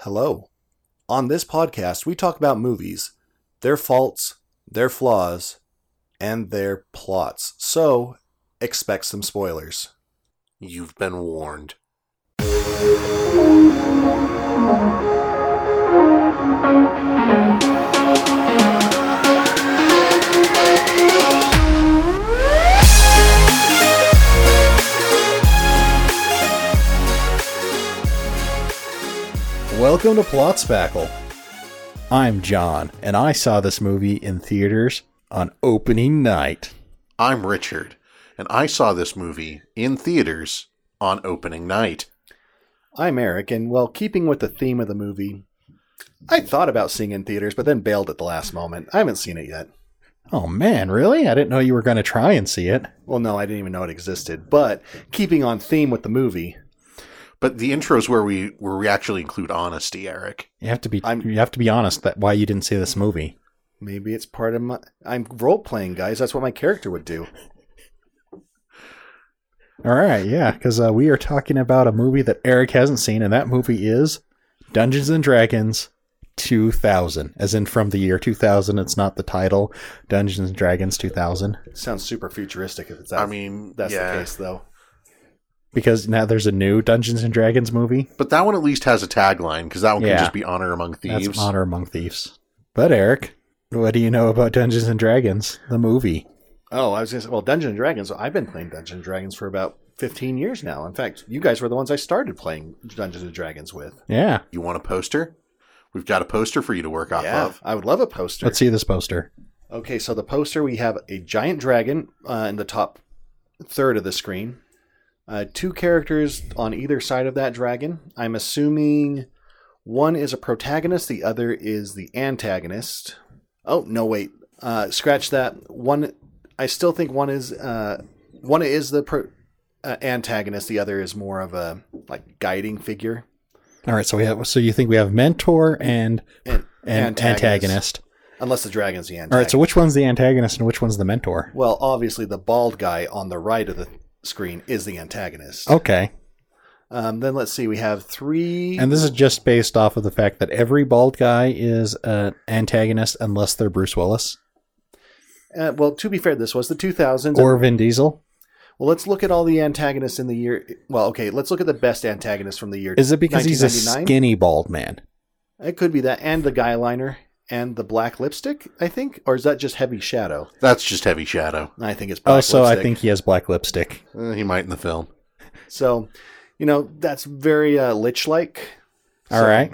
Hello. On this podcast, we talk about movies, their faults, their flaws, and their plots. So, expect some spoilers. You've been warned. Welcome to Plot Spackle. I'm John, and I saw this movie in theaters on opening night. I'm Richard, and I saw this movie in theaters on opening night. I'm Eric, and well, keeping with the theme of the movie, I thought about seeing it in theaters, but then bailed at the last moment. I haven't seen it yet. Oh man, really? I didn't know you were going to try and see it. Well, no, I didn't even know it existed. But keeping on theme with the movie, But the intro is where we where we actually include honesty, Eric. You have to be I'm- you have to be honest that why you didn't see this movie. maybe it's part of my. I'm role playing, guys. That's what my character would do. All right, yeah, cuz uh, we are talking about a movie that Eric hasn't seen and that movie is Dungeons and Dragons 2000, as in from the year 2000. It's not the title Dungeons and Dragons 2000 sounds super futuristic if it's. That, I mean, that's yeah. the case, though. because now there's a new Dungeons and Dragons movie. But that one at least has a tagline because that one Yeah. can just be honor among thieves. That's Honor Among Thieves. But Eric, what do you know about Dungeons and Dragons the movie? Oh, I was gonna say, well, Dungeons and Dragons. I've been playing Dungeons and Dragons for about 15 years now. In fact, you guys were the ones I started playing Dungeons and Dragons with. Yeah. You want a poster? We've got a poster for you to work off of. I would love a poster. Let's see this poster. Okay, so the poster we have a giant dragon uh, in the top third of the screen, uh, two characters on either side of that dragon. I'm assuming one is a protagonist, the other is the antagonist. Oh no, wait, uh, scratch that. One, I still think one is uh, one is the pro- uh, antagonist, the other is more of a like guiding figure. All right, so we have. So you think we have mentor and And, and antagonist. unless the dragon's the antagonist. All right, so which one's the antagonist and which one's the mentor? Well, obviously, the bald guy on the right of the screen is the antagonist. Okay, Um, then let's see, we have three. and this is just based off of the fact that every bald guy is an antagonist unless they're Bruce Willis uh, well, to be fair, this was the 2000s. or Vin Diesel. well, let's look at all the antagonists in the year. Well, okay, let's look at the best antagonist from the year. Is it because he's a 1999? skinny bald man? It could be that, and the guy liner, and the black lipstick, I think, or is that just heavy shadow? That's just heavy shadow. I think it's black Oh, so I lipstick. think he has black lipstick. Eh, he might in the film. so. You know, that's very uh, lich-like. All So, right.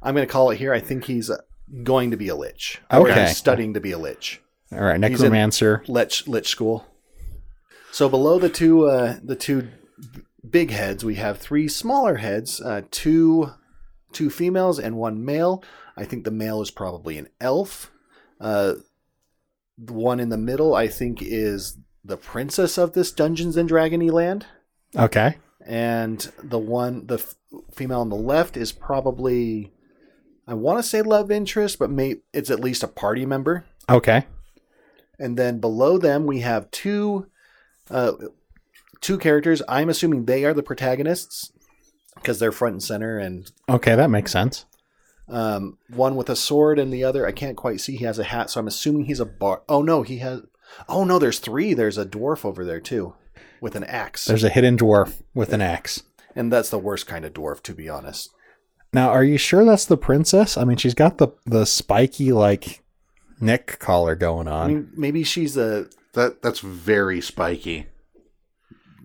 I'm going to call it here. I think he's uh, going to be a lich. Or Okay. he's studying to be a lich. All right, He's in- necromancer. Lich Lich School. So below the two uh, the two b- big heads, we have three smaller heads, uh, two two females and one male. I think the male is probably an elf. Uh, the one in the middle, I think, is the princess of this Dungeons and Dragony land, Okay. and the one the f- female on the left is probably. I want to say love interest, but may, it's at least a party member. Okay. And then below them we have two uh, two characters. I'm assuming they are the protagonists because they're front and center, and Okay, that makes sense. um, one with a sword and the other I can't quite see. He has a hat, so I'm assuming he's a bar. Oh no, he has. Oh no, there's three. There's a dwarf over there too, with an axe, There's a hidden dwarf with an axe. and that's the worst kind of dwarf, to be honest. Now, are you sure that's the princess? I mean, she's got the the spiky like neck collar going on. I mean, maybe she's a. That that's very spiky.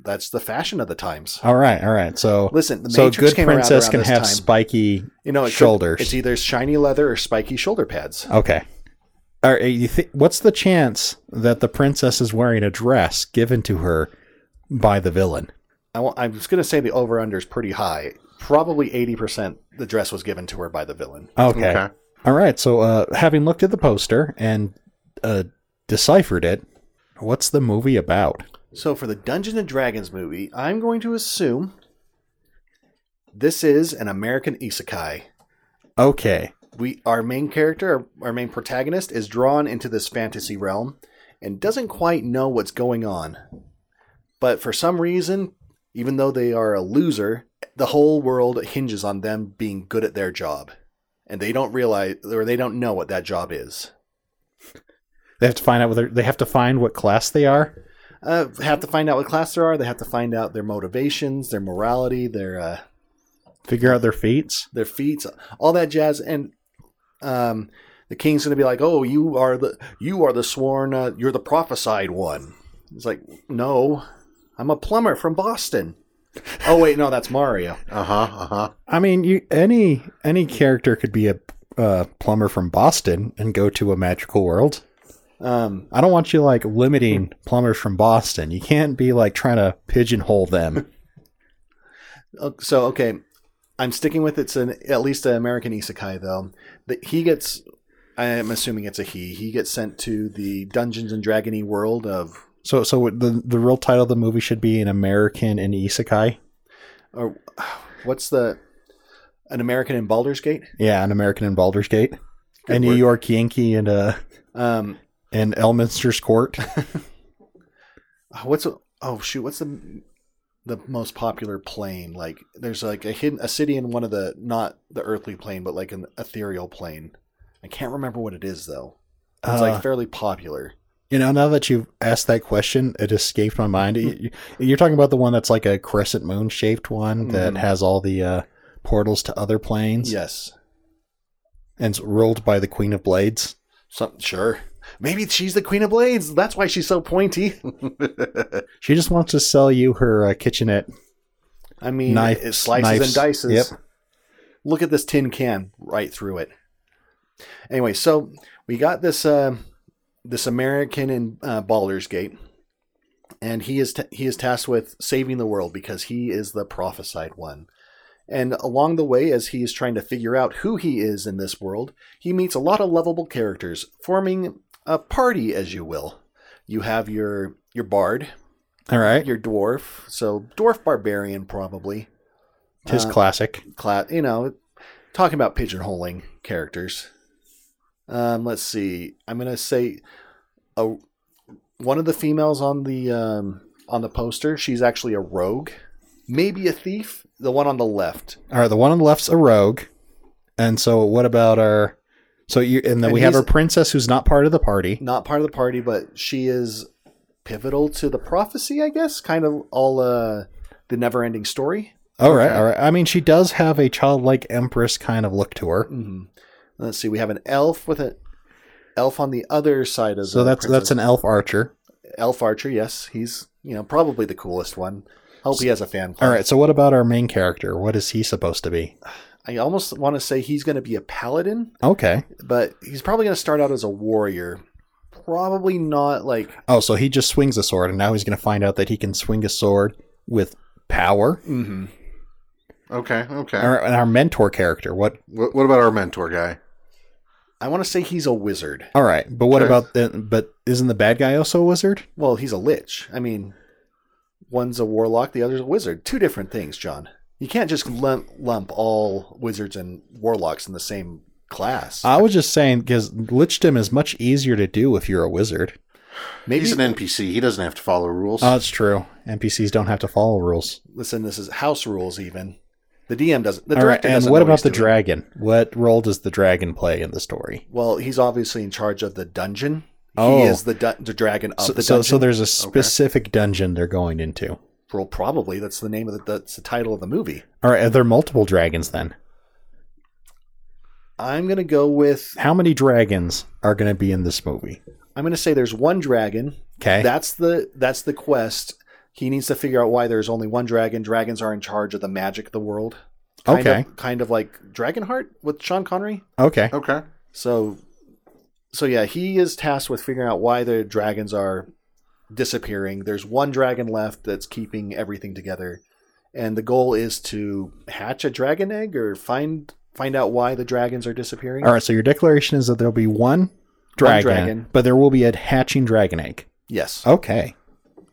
That's the fashion of the times. All right, all right. So Listen, the so a Matrix good came around princess around can this have time. spiky. You know, it could- shoulders. it's either shiny leather or spiky shoulder pads. Okay. All right. You thi- what's the chance that the princess is wearing a dress given to her by the villain? I wa- I was going to say the over under is pretty high. Probably 80% the dress was given to her by the villain. Okay. All right. So, uh, having looked at the poster and uh, deciphered it, what's the movie about? So for the Dungeons and Dragons movie, I'm going to assume this is an American isekai. Okay. We our main character, our main protagonist is drawn into this fantasy realm and doesn't quite know what's going on. But for some reason, even though they are a loser, the whole world hinges on them being good at their job, and they don't realize or they don't know what that job is. They have to find out whether they have to find what class they are. Uh, have to find out what class they are. They have to find out their motivations, their morality, their uh, Figure out their fates. their feats, all that jazz. And um, the king's going to be like, "Oh, you are the you are the sworn, uh, you're the prophesied one." It's like, no, I'm a plumber from Boston. oh wait, no, that's Mario. Uh huh. Uh huh. I mean, you any any character could be a uh, plumber from Boston and go to a magical world. Um, I don't want you like limiting plumbers from Boston. You can't be like trying to pigeonhole them. o- so okay, I'm sticking with it's an at least an American isekai though. That he gets, I'm assuming it's a he. He gets sent to the Dungeons and Dragony world of So, so the the real title of the movie should be an American in isekai. or what's the an American in Baldur's Gate? Yeah, an American in Baldur's Gate, a Good New work. York Yankee, and uh Um, and Elminster's Court. what's oh shoot, what's the the most popular plane? Like there's like a hidden a city in one of the not the earthly plane, but like an ethereal plane. I can't remember what it is though. It's Uh, like fairly popular. You know, now that you've asked that question, it escaped my mind. Hmm. You- You're talking about the one that's like a crescent moon shaped one that Mhm. has all the uh, portals to other planes Yes. and it's ruled by the Queen of Blades. Some sure. Maybe she's the Queen of Blades. That's why she's so pointy. She just wants to sell you her uh, kitchenette. I mean, Knife- it slices knives. and dices. Yep. Look at this tin can right through it. Anyway, so we got this uh, this American in uh, Baldur's Gate, and he is ta- he is tasked with saving the world because he is the prophesied one. And along the way, as he is trying to figure out who he is in this world, he meets a lot of lovable characters, forming a party, as you will. You have your your bard, All right. your dwarf, so dwarf barbarian probably Tis uh, classic. class, you know, talking about pigeonholing characters. Um, let's see. I'm gonna say, a, one of the females on the um, on the poster. She's actually a rogue, maybe a thief. The one on the left. All right. The one on the left's a rogue. And so, what about our. So, you. And then And we have he's- our princess who's not part of the party. not part of the party, but she is pivotal to the prophecy, I guess. Kind of all uh, the never-ending story. All right. All right. I mean, she does have a childlike empress kind of look to her. hmm Let's see. We have an elf with an elf on the other side of So, the that's princess. that's an elf archer. elf archer. Yes, he's you know probably the coolest one. Hope he has a fan club. All right, so what about our main character? What is he supposed to be? I almost want to say he's going to be a paladin, Okay. but he's probably going to start out as a warrior. Probably not like Oh, so he just swings a sword, and now he's going to find out that he can swing a sword with power. Okay. Okay. Our, and our mentor character, what? What, what about our mentor guy? I want to say he's a wizard. All right, but what Okay. about the? But isn't the bad guy also a wizard? Well, he's a lich. I mean, one's a warlock, the other's a wizard. Two different things, John. You can't just lump, lump all wizards and warlocks in the same class. I was just saying because lichdom is much easier to do if you're a wizard. Maybe He's an NPC. He doesn't have to follow rules. Oh, that's true. NPCs don't have to follow rules. listen. This is house rules. Even the DM doesn't. The All right, director and doesn't. what know about he's the doing. dragon? What role does the dragon play in the story? Well, he's obviously in charge of the dungeon. Oh. He is the, du- the dragon of So, the so, dungeon. so there's a specific dungeon they're going into. well, probably that's the name of the that's the title of the movie. All right, are there multiple dragons then? I'm gonna go with how many dragons are going to be in this movie? I'm gonna say there's one dragon. Okay. That's the that's the quest. He needs to figure out why there's only one dragon. Dragons are in charge of the magic of the world. Kind okay. Of, kind of like Dragonheart with Sean Connery. okay. okay. So, so yeah, he is tasked with figuring out why the dragons are disappearing. There's one dragon left that's keeping everything together, and the goal is to hatch a dragon egg or find find out why the dragons are disappearing. All right. So your declaration is that there'll be one dragon, dragon. but there will be a hatching dragon egg. Yes, Okay.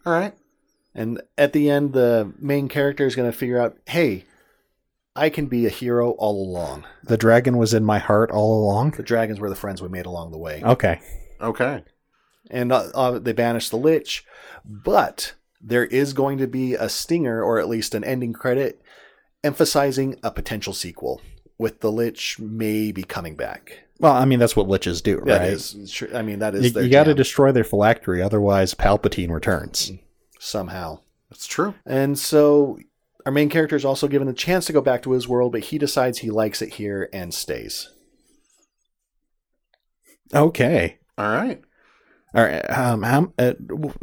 All right. and at the end, the main character is going to figure out, hey, I can be a hero all along. The dragon was in my heart all along. The dragons were the friends we made along the way. Okay. Okay. and uh, uh, they banish the lich. But there is going to be a stinger, or at least an ending credit, emphasizing a potential sequel with the Lich maybe coming back. Well, I mean, that's what liches do, That right? is, sure- I mean, that is You, their got to jam destroy their phylactery, otherwise Palpatine returns. somehow. That's true. And so our main character is also given a chance to go back to his world, but he decides he likes it here and stays. Okay. All right. All right. Um, how uh,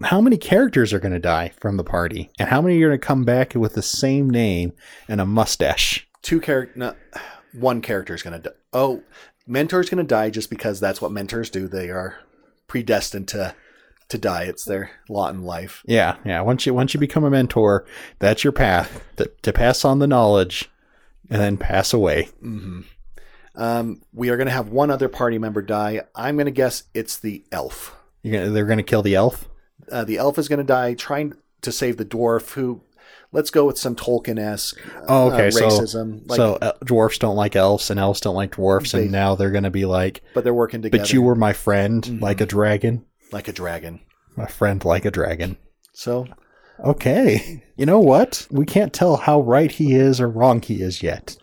how many characters are going to die from the party, and how many are going to come back with the same name and a mustache? Two character, no, one character is going to die. Oh, mentor's going to die just because that's what mentors do. They are predestined to to die. It's their lot in life. Yeah, yeah. Once you once you become a mentor, that's your path to, to pass on the knowledge, and then pass away. hmm Um, we are going to have one other party member die. I'm going to guess it's the elf. You're gonna, they're going to kill the elf. Uh, the elf is going to die trying to save the dwarf. Who, let's go with some Tolkien esque Oh, okay. so Uh, racism. like, so uh, dwarfs don't like elves, and elves don't like dwarfs, They- and now they're going to be like, but they're working together. "But you were my friend, Mhm. like a dragon, like a dragon. my friend like a dragon." So Okay. You know what? We can't tell how right he is or wrong he is yet.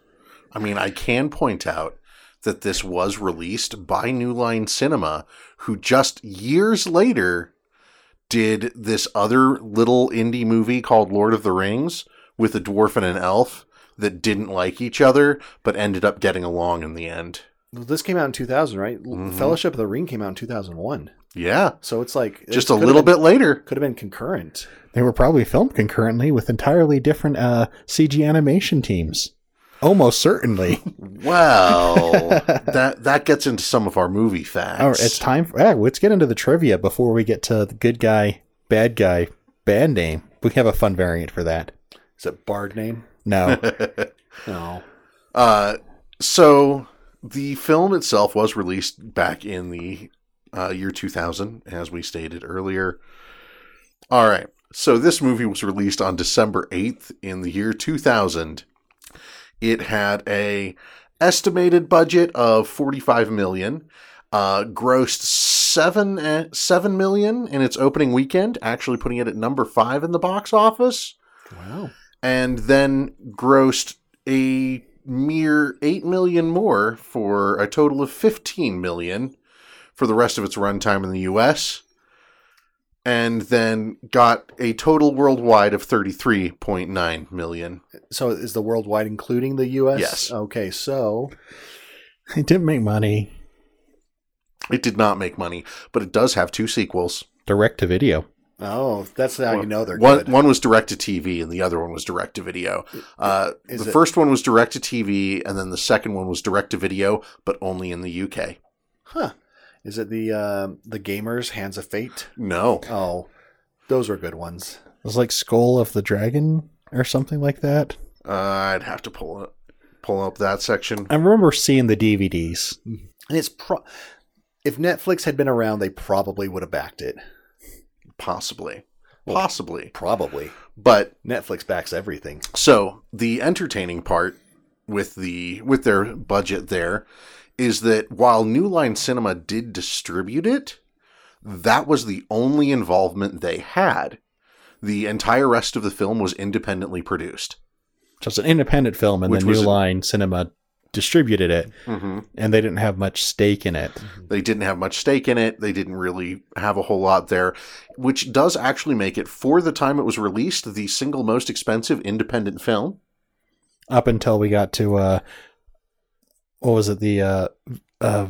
I mean, I can point out that this was released by New Line Cinema, who just years later did this other little indie movie called Lord of the Rings with a dwarf and an elf that didn't like each other but ended up getting along in the end. this came out in 2000, right? L- Mm-hmm. Mhm. Fellowship of the Ring came out in 2001. Yeah, So it's like just a little bit later. could have been concurrent. They were probably filmed concurrently with entirely different uh, CG animation teams. Almost certainly. Well, that that gets into some of our movie facts. All right, it's time for. Yeah, let's get into the trivia before we get to the good guy, bad guy, band name. We have a fun variant for that. Is it Bard name? No. No. Uh, so the film itself was released back in the uh, year 2000, as we stated earlier. All right. So this movie was released on December 8th in the year 2000. It had a estimated budget of 45 million, uh, grossed seven eh, seven million in its opening weekend, actually putting it at number five in the box office Wow. and then grossed a mere 8 million more for a total of 15 million for the rest of its runtime in the US and then got a total worldwide of 33.9 million. So is the worldwide including the U.S.? Yes. Okay. So it didn't make money. It did not make money, but it does have two sequels. Direct to video. oh, that's how you know they're one, good. one was direct to TV and the other one was direct to video. Uh, Is the it- first one was direct to TV and then the second one was direct to video, but only in the UK. Huh. Is it the uh, the gamers Hands of Fate? No. Oh, those were good ones. It was like Skull of the Dragon or something like that. Uh, I'd have to pull up, pull up that section. I remember seeing the DVDs. And it's pro. If Netflix had been around, they probably would have backed it. Possibly. Possibly. Probably. But Netflix backs everything. so the entertaining part with the with their budget there is that while New Line Cinema did distribute it, that was the only involvement they had. The entire rest of the film was independently produced. So it's an independent film, and Which the New was a- Line Cinema distributed it, Mm-hmm. and they didn't have much stake in it. They didn't have much stake in it. They didn't really have a whole lot there, which does actually make it, for the time it was released, the single most expensive independent film. Up until we got to uh, what was it? The uh, uh,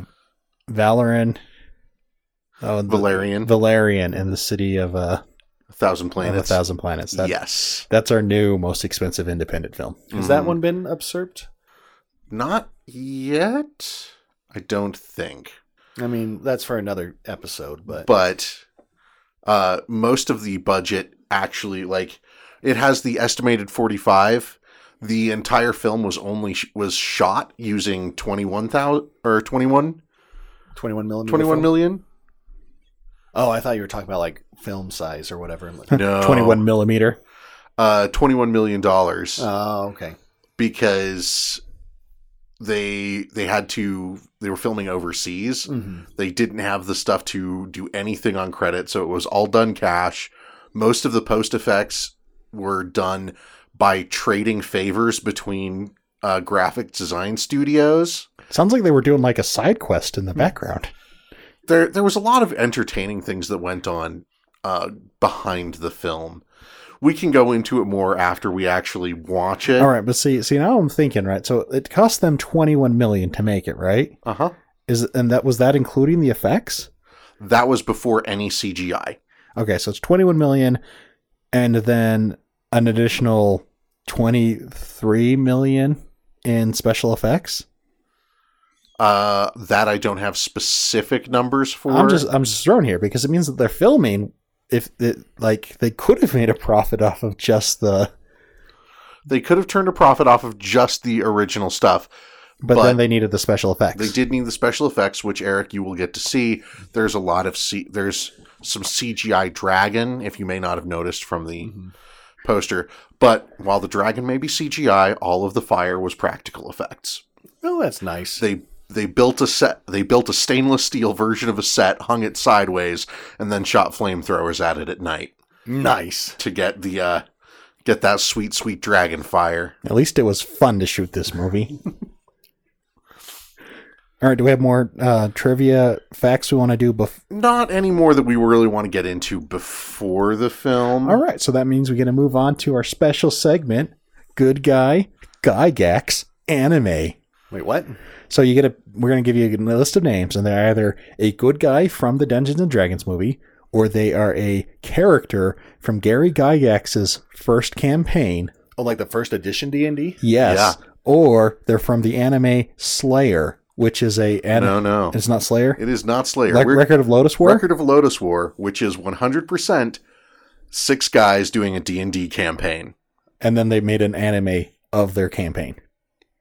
Valerian. Oh, the- Valerian, Valerian in the city of, uh, A Thousand of a Planets. Thousand Planets. That, yes. That's our new most expensive independent film. Has that Mhm. one been usurped? Not yet. I don't think. I mean, that's for another episode, but, But uh, most of the budget actually, like, it has the estimated 45. The entire film was only sh- was shot using 21,000 or 21 twenty-one millimeter. 21 film? million. Oh, I thought you were talking about like film size or whatever. I'm like, No. 21 millimeter. uh 21 million dollars oh, Uh. okay. because they they had to they were filming Mm. overseas. hmm They didn't have the stuff to do anything on credit, so it was all done cash. Most of the post effects were done by trading favors between uh, graphic design studios. Sounds like they were doing like a side quest in Hmm. the background. There, there was a lot of entertaining things that went on uh, behind the film. We can go into it more after we actually watch it. All right, but see, see now I'm thinking, right? So it cost them 21 million to make it, right? Uh huh. Is and that was that including the effects? That was before any CGI. Okay, so it's 21 million and then an additional 23 million in special effects. Uh, that I don't have specific numbers for. I'm just I'm just thrown here because it means that they're filming if it, like they could have made a profit off of just the they could have turned a profit off of just the original stuff. but, But- then they needed the special effects. They did need the special effects, which Eric, you will get to see. There's a lot of C- there's some CGI dragon, if you may not have noticed from the Mm-hmm. poster. But while the dragon may be CGI, all of the fire was practical effects. Oh, that's nice. They they built a set. They built a stainless steel version of a set, hung it sideways, and then shot flamethrowers at it at night nice. to get the uh, get that sweet sweet dragon fire. At least it was fun to shoot this movie. All right, do we have more uh, trivia facts we want to do? Bef- Not any more that we really want to get into before the film. All right, so that means we're going to move on to our special segment Good Guy, Gygax, Anime. Wait, what? So you get a we're going to give you a list of names and they're either a good guy from the Dungeons and Dragons movie or they are a character from Gary Gygax's first campaign. Oh, like the first edition D and D. Yes. Or they're from the anime Slayer, which is a anime No, no. It's not Slayer. It is not Slayer. like We're- Record of Lotus War. Record of Lotus War, which is 100% six guys doing a D&D campaign. and then they made an anime of their campaign.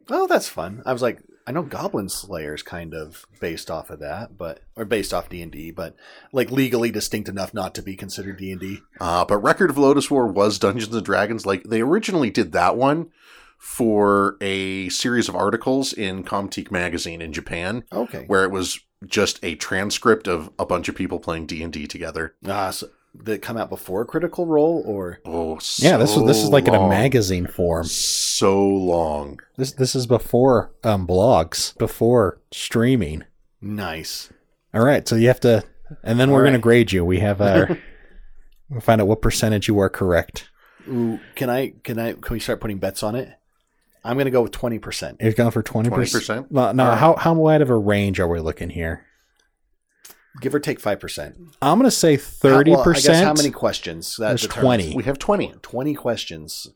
Oh, that's fun. I was like, I know Goblin Slayer's kind of based off of that, but or based off D and D, but like legally distinct enough not to be considered D and D. Uh, but Record of Lotus War was Dungeons and Dragons. Like they originally did that one for a series of articles in Comtique magazine in Japan, Okay. where it was just a transcript of a bunch of people playing D&D together. Ah, so that come out before Critical Role, or Oh, Yeah, this so was this is like in a long. magazine form. So long. This this is before um, blogs, before streaming. nice. All right, so you have to, and then we're All going to right. grade you. We have our, we'll find out what percentage you are correct. Ooh, can I? Can I? Can we start putting bets on it? I'm gonna go with twenty percent. You've gone for twenty 20%? percent. No, no. All right. How how wide of a range are we looking here? Give or take five percent. I'm going to say thirty percent. How many questions? That There's determines- 20. We have 20. Twenty questions.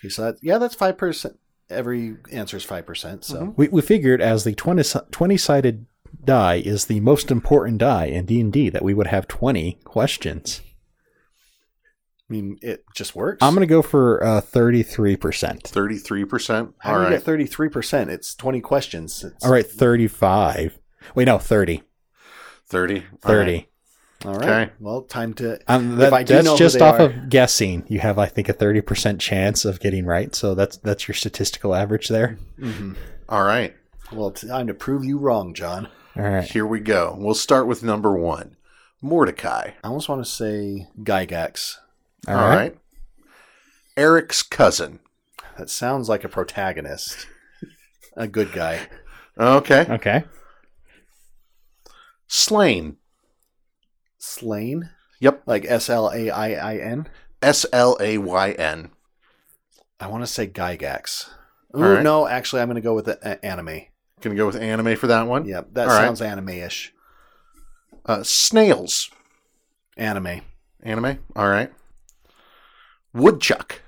Okay, so that yeah, that's five percent. Every answer is five percent. So We we figured as the 20 sided die is the most important die in D and D that we would have twenty questions. I mean, it just works. I'm going to go for thirty three percent. 33%. How All do you right. get thirty three percent? It's twenty questions. It's, All right, thirty five. Wait, no, thirty. 30. All right. Thirty. all right. Okay. Well, time to. Um, If that- I do know that's who just they off are. of guessing. You have, I think, a thirty percent chance of getting right. So that's that's your statistical average there. Mhm. All right. Well, it's time to prove you wrong, John. All right. Here we go. We'll start with number one Mordecai. I almost want to say Gygax. All right. Eric's cousin. That sounds like a protagonist, a good guy. Okay. Okay. Slain. Slain. Yep. Like S L A I I N. S L A Y N. I want to say Gygax. Ooh, All right. No, actually, I'm going to go with the uh, anime. Gonna go with anime for that one. Yep, that All right. sounds anime-ish. Uh, snails. Anime. Anime. All right. Woodchuck.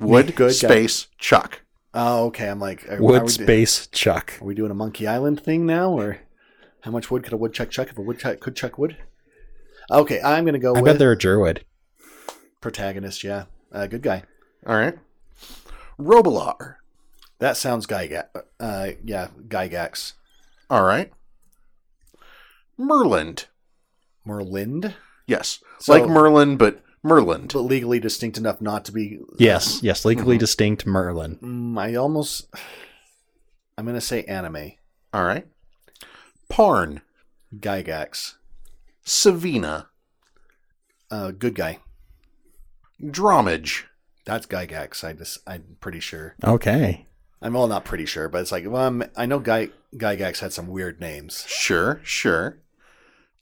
Wood, Good guy. space, chuck. Oh, okay. I'm like, are, are Wood we do- space Chuck. are we doing a Monkey Island thing now, or how much wood could a woodchuck chuck if a woodchuck could chuck wood? Okay, I'm gonna go I bet with they're a Druid. protagonist. Yeah, uh, good guy. All right. Robilar. That sounds Gygax. Uh, yeah, Gygax. All right. Merland. Merlind, Yes. So- like Merlin, but Merland. but legally distinct enough not to be. Yes. Yes. Legally Mm-hmm. distinct Merlin. Mm, I almost. I'm gonna say anime. All right. Parn. Gygax. Savina. Uh, good guy. Dromage. That's Gygax. I just, I'm pretty sure. Okay. I'm all not pretty sure, but it's like, well, I'm, I know Gy- Gygax had some weird names. Sure, sure.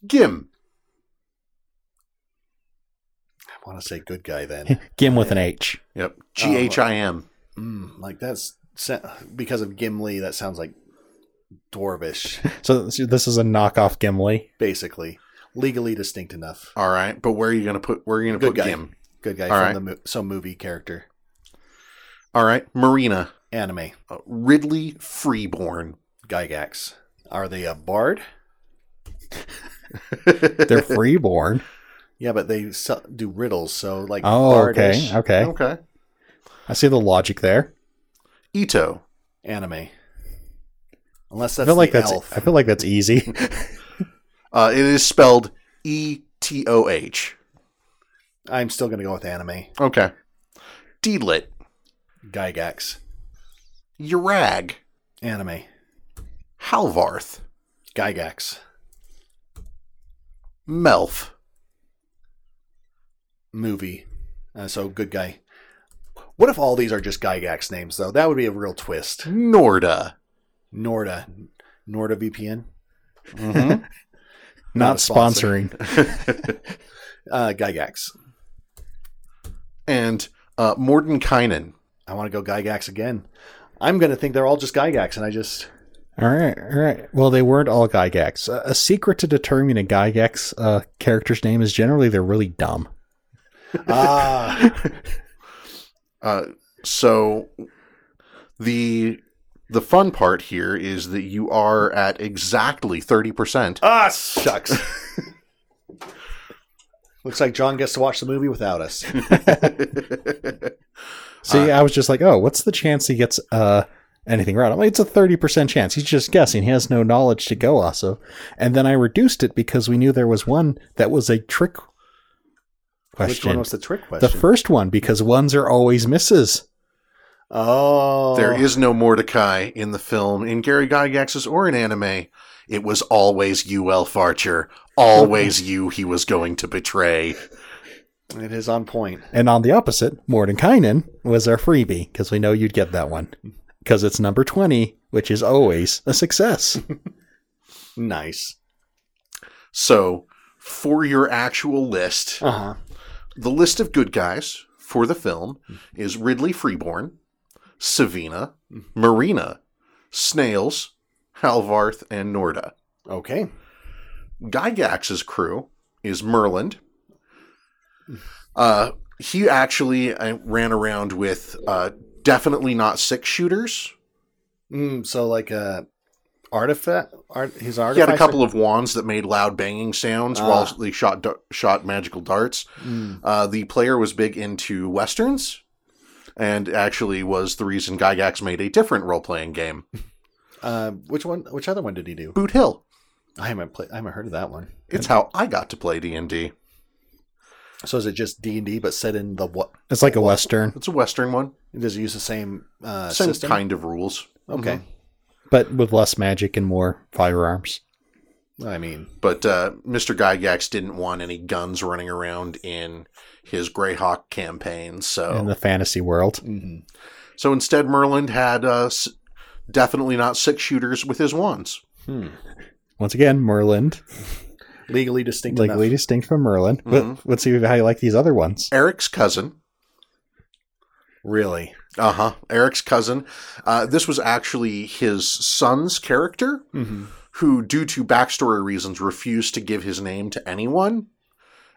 Gim. I want to say good guy then. Gim with an H. Yep. G H I M. mm, like that's sa- because of Gimli. That sounds like dwarvish, So so this is a knockoff Gimli. basically. Legally distinct enough. All right, but where are you gonna put? Where are you gonna Good put guy. Gim? Good guy All from right. the mo- some movie character All right, Marina. anime. Uh, Ridley Freeborn. Gygax. Are they a bard? They're freeborn. Yeah, but they sell, do riddles, so like Oh, okay. bardish Okay. okay. I see the logic there. Ito. anime. Unless I that's feel like the that's elf. I feel like that's easy. Uh, it is spelled E T O H. I'm still gonna go with anime. Okay. Deedlit. Gygax. Urag. Anime. Halvarth. Gygax. Melf. Movie. Uh, so good guy. What if all these are just Gygax names though? That would be a real twist. Norda. Norda. Norda VPN. Mm-hmm. Not Not a sponsor. sponsoring. Uh, Gygax. and uh, Mordenkainen. I want to go Gygax again. I'm gonna think they're all just Gygax, and I just All right, all right. Well, they weren't all Gygax. A, a secret to determining a Gygax uh, character's name is generally they're really dumb. ah. Uh, so the the fun part here is that you are at exactly thirty percent. Ah, shucks. Looks like John gets to watch the movie without us. See, Uh, I was just like, oh, what's the chance he gets uh, anything right? I'm like, it's a 30% chance. He's just guessing. He has no knowledge to go off of. And then I reduced it because we knew there was one that was a trick Which one question. was the trick the question? first one, because ones are always misses. oh, There is no Mordecai in the film, in Gary Gygax's or in anime. It was always you, Elf Archer. Always you he was going to betray. It is on point. And on the opposite, Mordenkainen was our freebie because we know you'd get that one because it's number 20, which is always a success. Nice. So, for your actual list, Uh huh. the list of good guys for the film is Ridley Freeborn, Savina, Marina, Snails, Halvarth, and Norda. Okay. Gygax's crew is Merland. Uh, he actually uh, ran around with uh, definitely not six shooters. Mm, so like a artifact. Art. His He had artifact. a couple of wands that made loud banging sounds Ah. while they shot da- shot magical darts. Mm, Uh, the player was big into westerns, and actually was the reason Gygax made a different role playing game, Uh, which one? Which other one did he do? Boot Hill. I haven't played. I haven't heard of that one. It's how I got to play D and D. So is it just D and D, but set in the what? It's like a Western. It's a western one, Does it use the same uh, same system? kind of rules. Mm-hmm. Okay. but with less magic and more firearms. I mean, But uh, Mr. Gygax didn't want any guns running around in his Greyhawk campaign, so Oh. in the fantasy world. mhm. so instead Merland had uh, s- definitely not six shooters with his wands. hmm. Once again, Merlin, legally distinct. legally enough. Mm-hmm. distinct from Merlin. Mhm. But let's see how you like these other ones. Eric's cousin, really. uh huh, Eric's cousin. Uh, this was actually his son's character, Mm-hmm. who, due to backstory reasons, refused to give his name to anyone,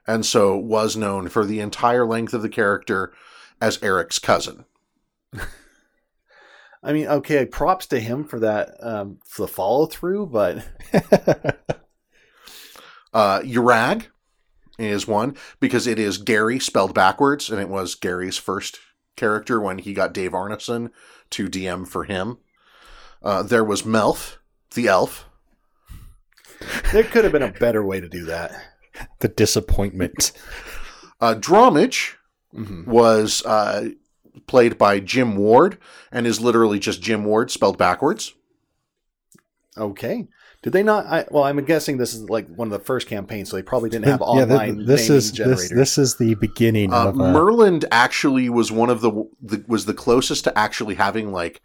and so was known for the entire length of the character as Eric's cousin. I mean, okay, props to him for that um, for the follow through, but Uh, Urag is one because it is Gary spelled backwards, and it was Gary's first character when he got Dave Arneson to DM for him. Uh, there was Melf, the elf. there could have been a better way to do that. The disappointment. Uh, Dromage Mm-hmm. hmm was uh, played by Jim Ward and is literally just Jim Ward spelled backwards. Okay, Did they not? I, well, I'm guessing this is like one of the first campaigns, so they probably didn't have Yeah, thi- online naming this is this, generators. this is the beginning Uh, of a, Merland actually was one of the, the was the closest to actually having like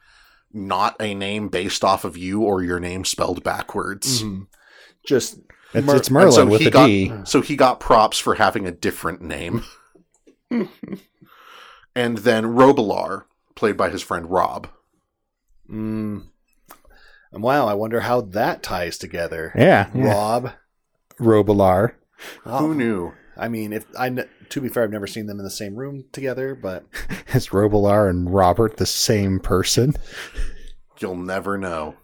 not a name based off of you or your name spelled backwards. Mhm. Just it's, Mer- it's Merlin so with he a D. got- So he got props for having a different name. and then Robilar, played by his friend Rob. mm, and wow, I wonder how that ties together. Yeah, yeah. Rob, Oh, Robilar. Wow. Oh. Who knew? I mean, if I kn- to be fair, I've never seen them in the same room together, but Is Robilar and Robert the same person? You'll never know.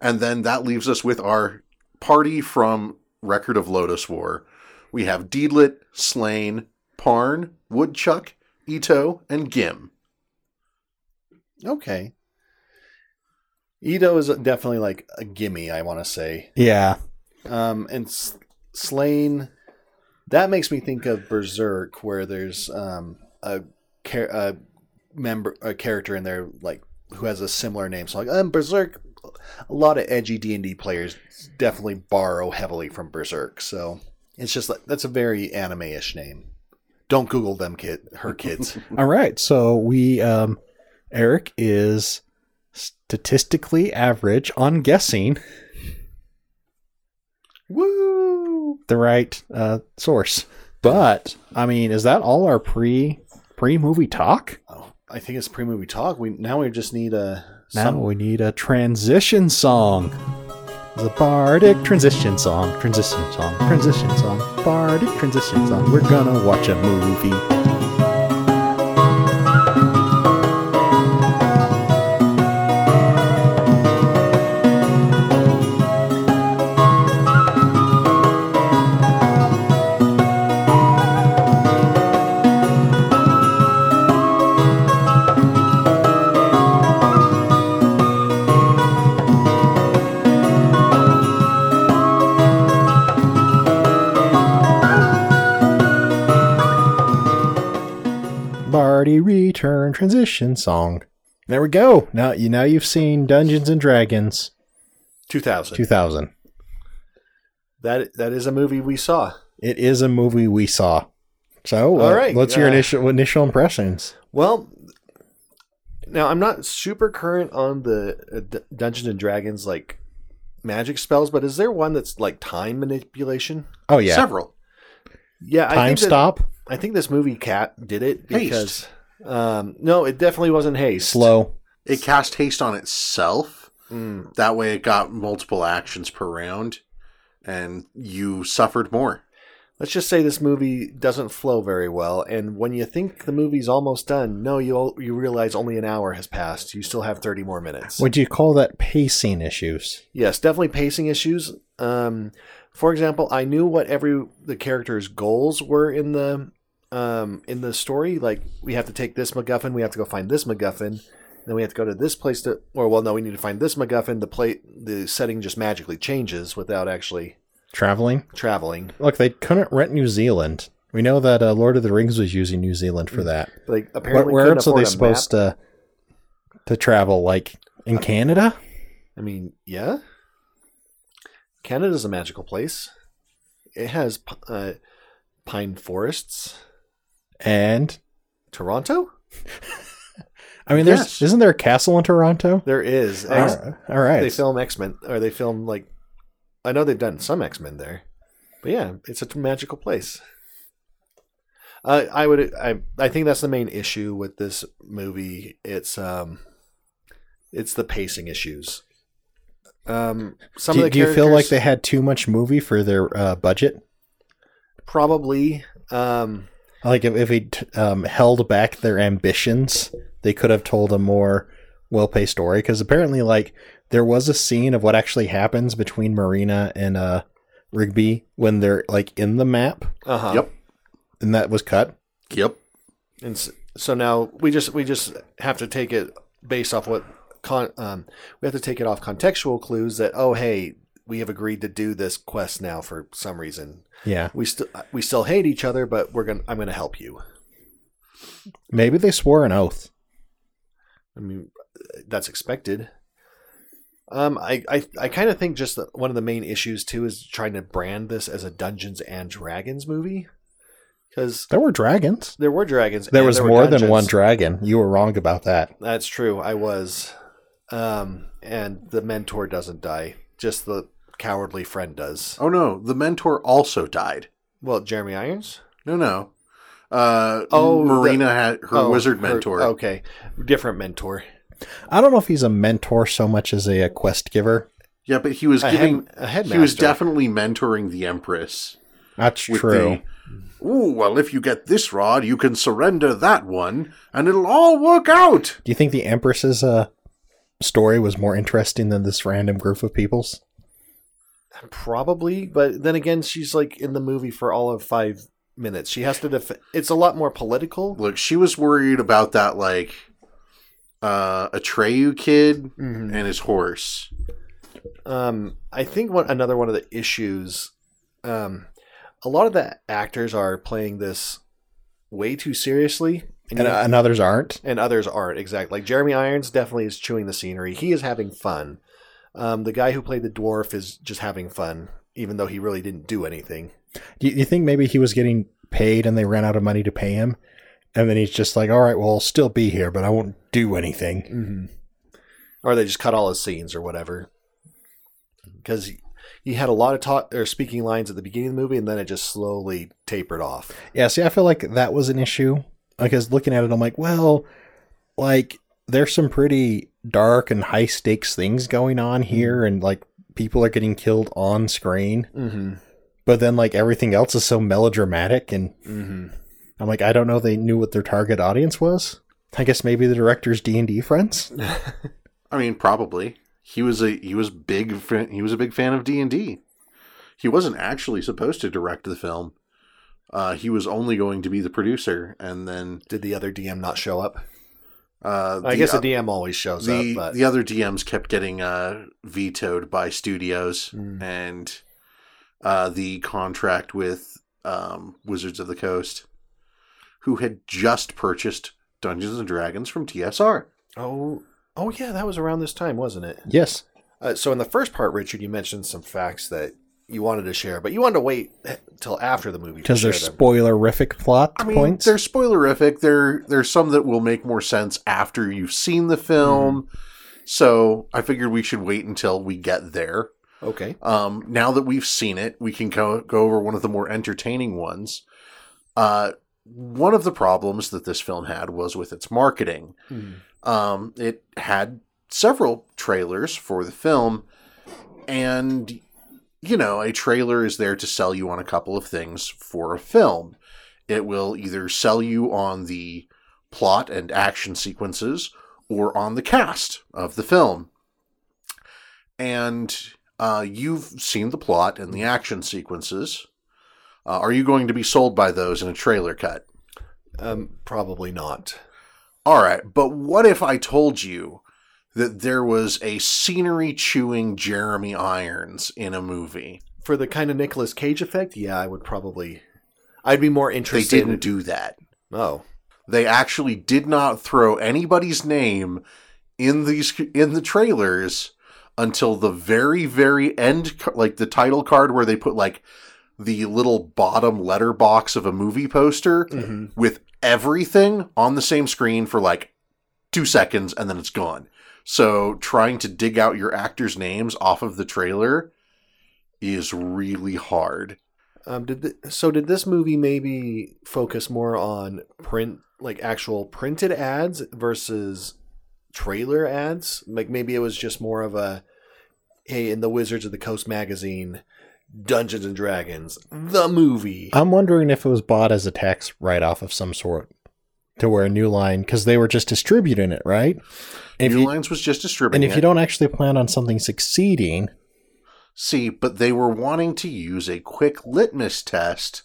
and then that leaves us with our party from Record of Lotus War. We have Deedlit, Slain, Parn, Woodchuck, Ito, and Gim. okay. Ito is definitely like a gimme. I want to say, Yeah, um, and S- Slain. That makes me think of Berserk, where there's um, a, char- a member, a character in there like who has a similar name. So like, um, Berserk. A lot of edgy D and D players definitely borrow heavily from Berserk, so it's just like that's a very anime-ish name. Don't Google them, kid. Her kids. All right. So we, um, Eric is statistically average on guessing Woo! the right uh, source. But I mean, is that all our pre pre movie talk? Oh, I think it's pre-movie talk. We now we just need a Now some- we need a transition song. The bardic transition song, transition song, transition song, bardic transition song. We're gonna watch a movie. Barty return transition song. There we go. Now you now you've seen Dungeons and Dragons 2000. 2000. That that is a movie we saw. It is a movie we saw. So, All all right, right, what's your uh, initial initial impressions? Well, now I'm not super current on the uh, D- Dungeons and Dragons like magic spells, but is there one that's like time manipulation? Oh yeah, Several. Yeah, I time think that- stop, I think this movie cat did it Haste. because um no, it definitely wasn't haste. slow. It cast haste on itself. Mm. That way it got multiple actions per round and you suffered more. Let's just say this movie doesn't flow very well, and when you think the movie's almost done, no, you all, you realize only an hour has passed. You still have thirty more minutes. Would you call that pacing issues? Yes, definitely pacing issues. Um, for example, I knew what every the character's goals were in the um, in the story. Like we have to take this MacGuffin, we have to go find this MacGuffin, then we have to go to this place to. Or well, no, we need to find this MacGuffin. The plate, the setting just magically changes without actually Traveling. traveling. Look, they couldn't rent New Zealand. We know that uh, Lord of the Rings was using New Zealand for that. Like apparently, But where couldn't else are afford they a supposed map. to to travel? Like in Canada? I mean, yeah, Canada's a magical place. It has p- uh, pine forests. And Toronto, I mean, there's Yes. isn't there a castle in Toronto? there is. Uh, all right. they film X Men or they film like I know they've done some X Men there, but yeah, it's a magical place. Uh, I would I I think that's the main issue with this movie. It's um, it's the pacing issues. Um, some do, of the do you feel like characters- they had too much movie for their uh, budget? probably um Like if, if he t- um, held back their ambitions, they could have told a more well-paced story. Because apparently, like there was a scene of what actually happens between Marina and uh, Rigby when they're like in the map, uh huh Yep. and that was cut. Yep. and s- so now we just we just have to take it based off what con um, we have to take it off contextual clues that oh hey we have agreed to do this quest now for some reason Yeah, we still we still hate each other but we're gonna i'm gonna help you maybe they swore an oath. i mean that's expected Um, I I, I kind of think just that one of the main issues too is trying to brand this as a Dungeons and Dragons movie, because There were dragons. there were dragons. There and was were more than dungeons. one dragon. You were wrong about that. That's true. I was, um, and the mentor doesn't die. Just the cowardly friend does. Oh no, the mentor also died. Well, Jeremy Irons. No, no. Uh, Oh, Marina had her Oh, wizard mentor. okay, different mentor. I don't know if he's a mentor so much as a, a quest giver. Yeah, but he was A, giving. head, a headmaster. he was definitely mentoring the Empress. That's With true. The, Ooh, well, if you get this rod, you can surrender that one, and it'll all work out. Do you think the Empress's uh, story was more interesting than this random group of people's? probably, but then again, she's like in the movie for all of five minutes. She has to def. It's a lot more political. Look, she was worried about that, like, uh, Atreyu kid Mhm. and his horse. Um, I think one another one of the issues, um, a lot of the actors are playing this way too seriously, and, And, and others aren't. and others aren't exactly. Like Jeremy Irons definitely is chewing the scenery. He is having fun. Um, the guy who played the dwarf is just having fun, even though he really didn't do anything. Do you, you think maybe he was getting paid and they ran out of money to pay him? And then he's just like, all right, well, I'll still be here, but I won't do anything. Mm-hmm. Or they just cut all his scenes or whatever. Because he, he had a lot of talk or speaking lines at the beginning of the movie, and then it just slowly tapered off. Yeah, see, I feel like that was an issue because looking at it, I'm like, well, like there's some pretty dark and high stakes things going on here, and like people are getting killed on screen, Mm-hmm. but then like everything else is so melodramatic, and Mm-hmm. I'm like, I don't know, they knew what their target audience was. I guess maybe the director's D and D friends. I mean, probably he was a he was big fan, he was a big fan of D and D. He wasn't actually supposed to direct the film. Uh, he was only going to be the producer, and then Did the other DM not show up? uh, I the guess o- the DM always shows the, up, but the other DMs kept getting uh, vetoed by studios, Mm. and uh, the contract with um, Wizards of the Coast, who had just purchased Dungeons and Dragons from TSR. oh, oh yeah, that was around this time, wasn't it? Yes, Uh, so in the first part, Richard, you mentioned some facts that you wanted to share, but you wanted to wait till after the movie to because share they're them. spoilerific plot I mean, points. they're spoilerific. There, there's some that will make more sense after you've seen the film. Mm-hmm. So I figured we should wait until we get there. okay. Um, now that we've seen it, we can go, go over one of the more entertaining ones. Uh, one of the problems that this film had was with its marketing. Um, it had several trailers for the film, and you know, a trailer is there to sell you on a couple of things for a film. It will either sell you on the plot and action sequences or on the cast of the film. And uh, you've seen the plot and the action sequences. Uh, are you going to be sold by those in a trailer cut? Um, probably not. All right, but what if I told you that there was a scenery chewing Jeremy Irons in a movie? For the kind of Nicolas Cage effect, yeah, I would probably. I'd be more They interested. didn't do that. Oh, They actually did not throw anybody's name in these in the trailers until the very very end ca- like the title card where they put like the little bottom letterbox of a movie poster Mhm. with everything on the same screen for like 2 seconds and then it's gone. So trying to dig out your actors names off of the trailer is really hard. um, did th- so? Did this movie maybe focus more on print, like actual printed ads versus trailer ads? Like maybe it was just more of a, hey, in the Wizards of the Coast magazine, Dungeons and Dragons, the movie. I'm wondering if it was bought as a tax write off of some sort to where New Line, because they were just distributing it, right? If New you, Lines was just distributing and if it. you don't actually plan on something succeeding, See, but they were wanting to use a quick litmus test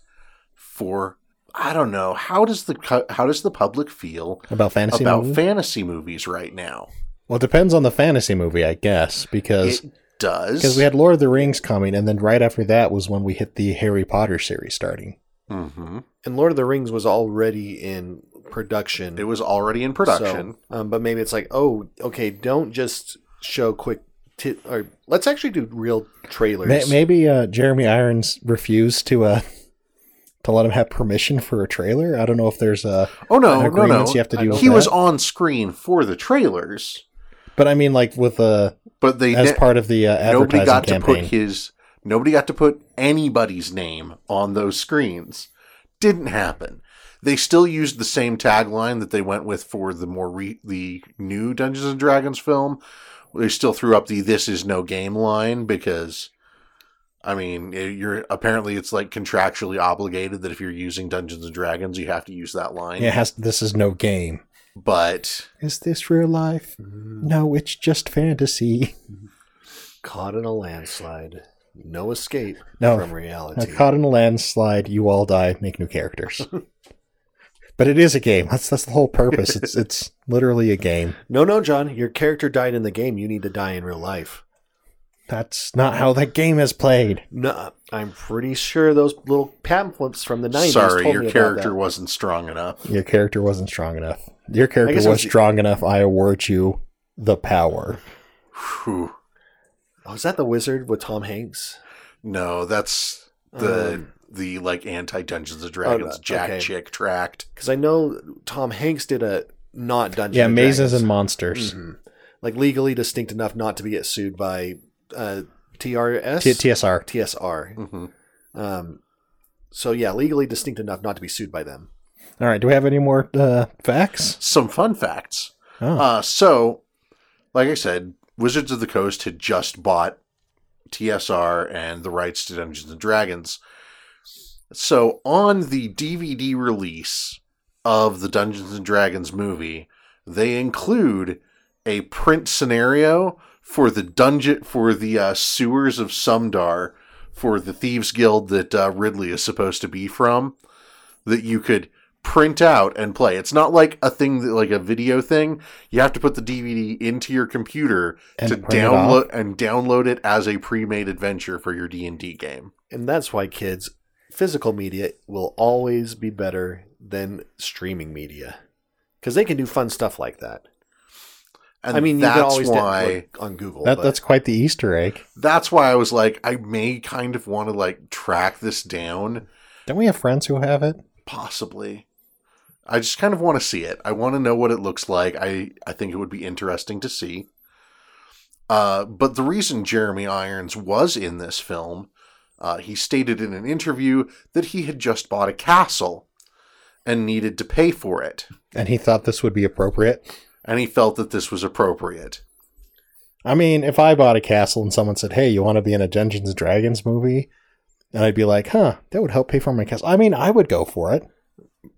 for I don't know how does the cu- how does the public feel about fantasy about movie? fantasy movies right now? well, it depends on the fantasy movie, I guess, because It does because we had Lord of the Rings coming, and then right after that was when we hit the Harry Potter series starting. Mhm. and Lord of the Rings was already in production. it was already in production. So, um, but maybe it's like, oh, okay, don't just show quick t- or let's actually do real trailers. May- Maybe uh, Jeremy Irons refused to uh, to let him have permission for a trailer. I don't know if there's a Oh no, an no, no. agreements you have to I do. With He was that. on screen for the trailers, but I mean, like with the but they as ne- part of the uh, advertising nobody got to campaign. put his nobody got to put anybody's name on those screens. Didn't happen. They still used the same tagline that they went with for the more re- the new Dungeons and Dragons film. They still threw up the "This is no game" line because, I mean, it- you're apparently it's like contractually obligated that if you're using Dungeons and Dragons, you have to use that line. it has. This is no game. But Is this real life? Mm. No, it's just fantasy. Caught in a landslide, no escape No. from reality. Now, caught in a landslide, you all die. Make new characters. but it is a game. That's that's the whole purpose. It's it's literally a game. no, no, John, your character died in the game. You need to die in real life. That's not how that game is played. No, I'm pretty sure those little pamphlets from the 90s. sorry, told your me about character that. wasn't strong enough. Your character wasn't strong enough. Your I guess character it was was- strong enough. I award you the power. Whew. Oh, is that the wizard with Tom Hanks? No, that's the Um, oh, the like anti Dungeons and Dragons no, Jack okay. Chick tract. Because I know Tom Hanks did a not Dungeons. yeah, and mazes Dragons. and monsters. Mhm. like legally distinct enough not to be get sued by uh, TRS T- TSR. TSR. Mhm. Um, so yeah, legally distinct enough not to be sued by them. All right. Do we have any more uh, facts? Some fun facts. Oh. Uh, so, like I said, Wizards of the Coast had just bought TSR and the rights to Dungeons and Dragons. So, on the DVD release of the Dungeons and Dragons movie, they include a print scenario for the dungeon for the uh, sewers of Sumdar for the thieves guild that uh, Ridley is supposed to be from that you could print out and play. It's not like a thing that, like a video thing. You have to put the DVD into your computer And to print it download and download it as a pre-made adventure for your D&D game. And that's why kids, physical media will always be better than streaming media because they can do fun stuff like that. And I mean, you that's can always why look on Google. that, but- that's quite the Easter egg. that's why I was like I may kind of want to like track this down Don't we have friends who have it? possibly. I just kind of want to see it. I want to know what it looks like. I I think it would be interesting to see. Uh, but the reason Jeremy Irons was in this film, uh, he stated in an interview that he had just bought a castle and needed to pay for it, And he thought this would be appropriate. and he felt that this was appropriate. I mean, if I bought a castle and someone said, "Hey, you want to be in a Dungeons and Dragons movie?" and I'd be like, "Huh, that would help pay for my castle." I mean, I would go for it,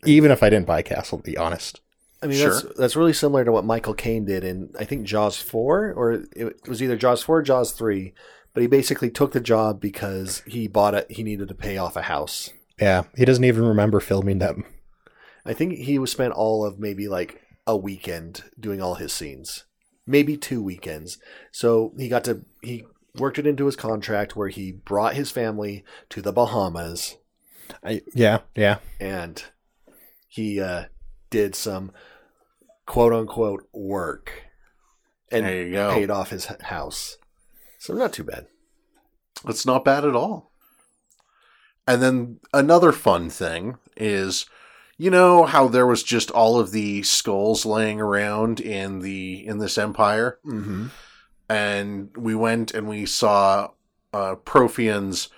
even if I didn't buy a castle. To be honest, I mean, Sure. that's that's really similar to what Michael Caine did in I think Jaws four, or it was either Jaws four, or Jaws three. But he basically took the job because he bought it. He needed to pay off a house. yeah, he doesn't even remember filming them. I think he was spent all of maybe like a weekend doing all his scenes, maybe two weekends. So he got to he worked it into his contract where he brought his family to the Bahamas I, yeah, yeah. and he uh, did some quote unquote work and there you go. paid off his h- house. So not too bad. It's not bad at all. And then another fun thing is, you know how there was just all of the skulls laying around in the in this empire, Mm-hmm. and we went and we saw uh, Profian's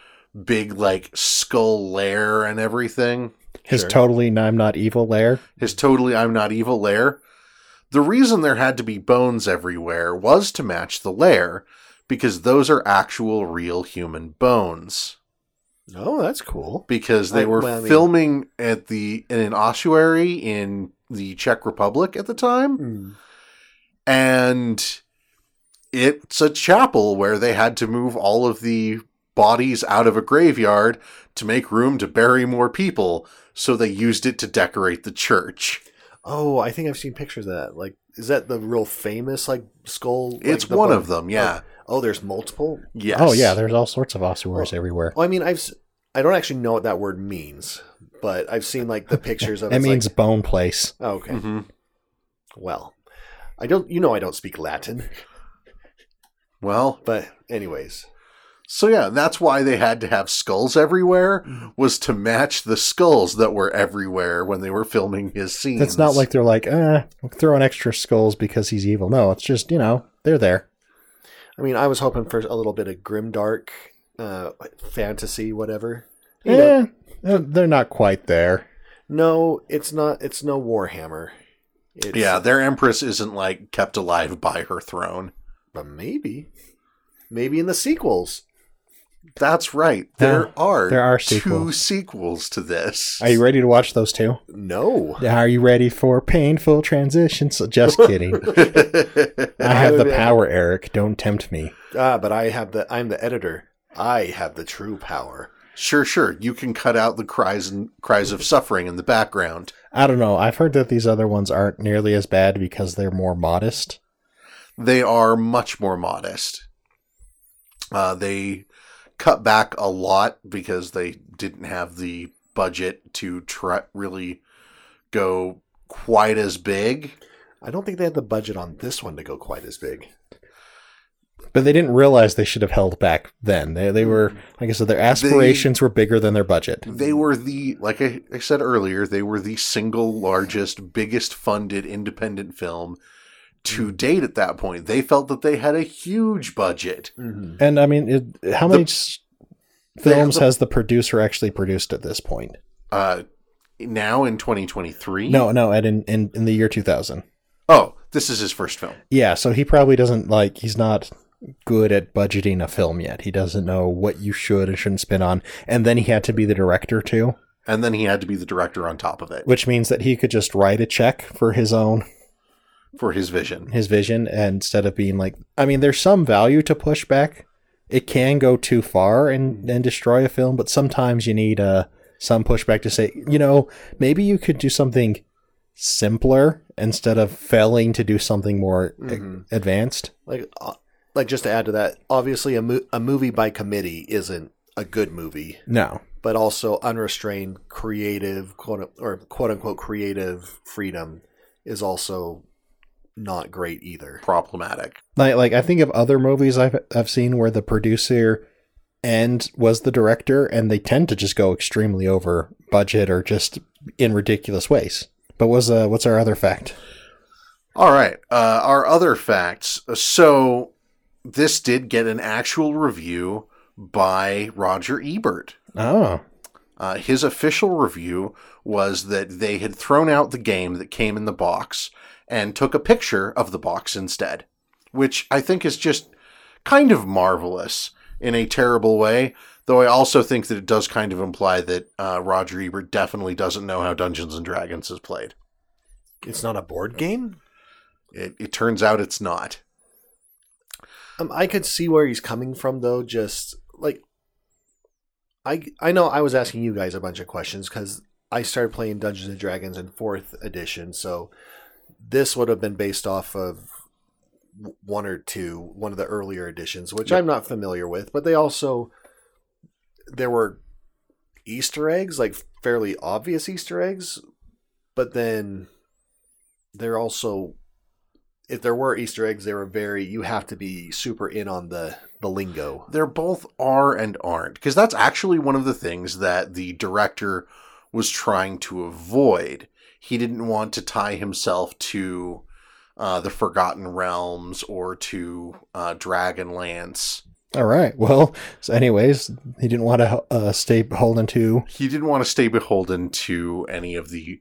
big like skull lair and everything. His Sure. totally "I'm not evil" lair. His totally I'm not evil lair. The reason there had to be bones everywhere was to match the lair, because those are actual real human bones. Oh, that's cool. because they I- were well, I mean- filming at the in an ossuary in the Czech Republic at the Mm. time, and it's a chapel where they had to move all of the bodies out of a graveyard to make room to bury more people. So they used it to decorate the church. Oh, I think I've seen pictures of that. Like, is that the real famous like skull? like, it's the one bone- of them, yeah. Oh, there's multiple. Yes. Oh yeah, there's all sorts of ossuaries everywhere. Well, I mean, I've s- I don't actually know what that word means, but I've seen like the pictures of. That it's means Like, bone place. oh, okay. Mhm. Well, I don't. You know, I don't speak Latin. Well, But anyways, so yeah, that's why they had to have skulls everywhere Mm. was to match the skulls that were everywhere when they were filming his scenes. It's not like they're like, eh, we'll throw in extra skulls because he's evil. No, it's just, you know, they're there. I mean, I was hoping for a little bit of grimdark, uh, fantasy, whatever. You Eh, know, they're- they're not quite there. no, it's not. It's no Warhammer. It's, yeah, their empress isn't like kept alive by her throne. but maybe, maybe in the sequels. That's right. There Yeah, are there are two sequels. sequels to this. Are you ready to watch those two? No, Are you ready for painful transitions? Just kidding. I have the power, Eric. Don't tempt me. ah, but I have the. I'm the editor. I have the true power. sure, sure. You can cut out the cries and cries of suffering in the background. I don't know. I've heard that these other ones aren't nearly as bad because they're more modest. They are much more modest. Uh, they cut back a lot because they didn't have the budget to try really go quite as big. I don't think they had the budget on this one to go quite as big. But they didn't realize they should have held back then. They, they were, like I said, their aspirations were bigger than their budget. They were the, like I, I said earlier, they were the single largest, biggest funded independent film to date at that point. They felt that they had a huge budget. Mm-hmm. And I mean, it, how The- many s films the- has the producer actually produced at this point? Uh, now in 2023? No, no, and in, in, in the year 2000. Oh, this is his first film. Yeah, so he probably doesn't like he's not good at budgeting a film yet. He doesn't know what you should and shouldn't spend on. And then he had to be the director too, And then he had to be the director on top of it which means that he could just write a check for his own for his vision. his vision and instead of being like I mean there's some value to push back. It can go too far and and destroy a film, but sometimes you need uh some pushback to say, you know, maybe you could do something simpler instead of failing to do something more a- Mhm. advanced. Like, uh, like just to add to that, obviously a, mo- a movie by committee isn't a good movie. No. but also unrestrained creative quote or quote unquote creative freedom is also not great either. Problematic. Like, like I think of other movies I've I've seen where the producer and was the director, and they tend to just go extremely over budget or just in ridiculous ways. But was uh, what's our other fact? All right. Uh, our other facts. So this did get an actual review by Roger Ebert. Oh, Uh, his official review was that they had thrown out the game that came in the box and took a picture of the box instead, which I think is just kind of marvelous in a terrible way. Though I also think that it does kind of imply that uh, Roger Ebert definitely doesn't know how Dungeons and Dragons is played. It's not a board game. It, it turns out it's not. Um, I could see where he's coming from though. Just like I, I know I was asking you guys a bunch of questions because I started playing Dungeons and Dragons in fourth edition, so this would have been based off of w- one or two, one of the earlier editions, which I'm not familiar with. But they also there were Easter eggs, like fairly obvious Easter eggs, but then they're also if there were Easter eggs, they were very you have to be super in on the the lingo. They're both are and aren't, because that's actually one of the things that the director was trying to avoid. He didn't want to tie himself to uh, the Forgotten Realms or to uh, Dragonlance. all right. Well, so anyways, he didn't want to uh, stay beholden to. He didn't want to stay beholden to any of the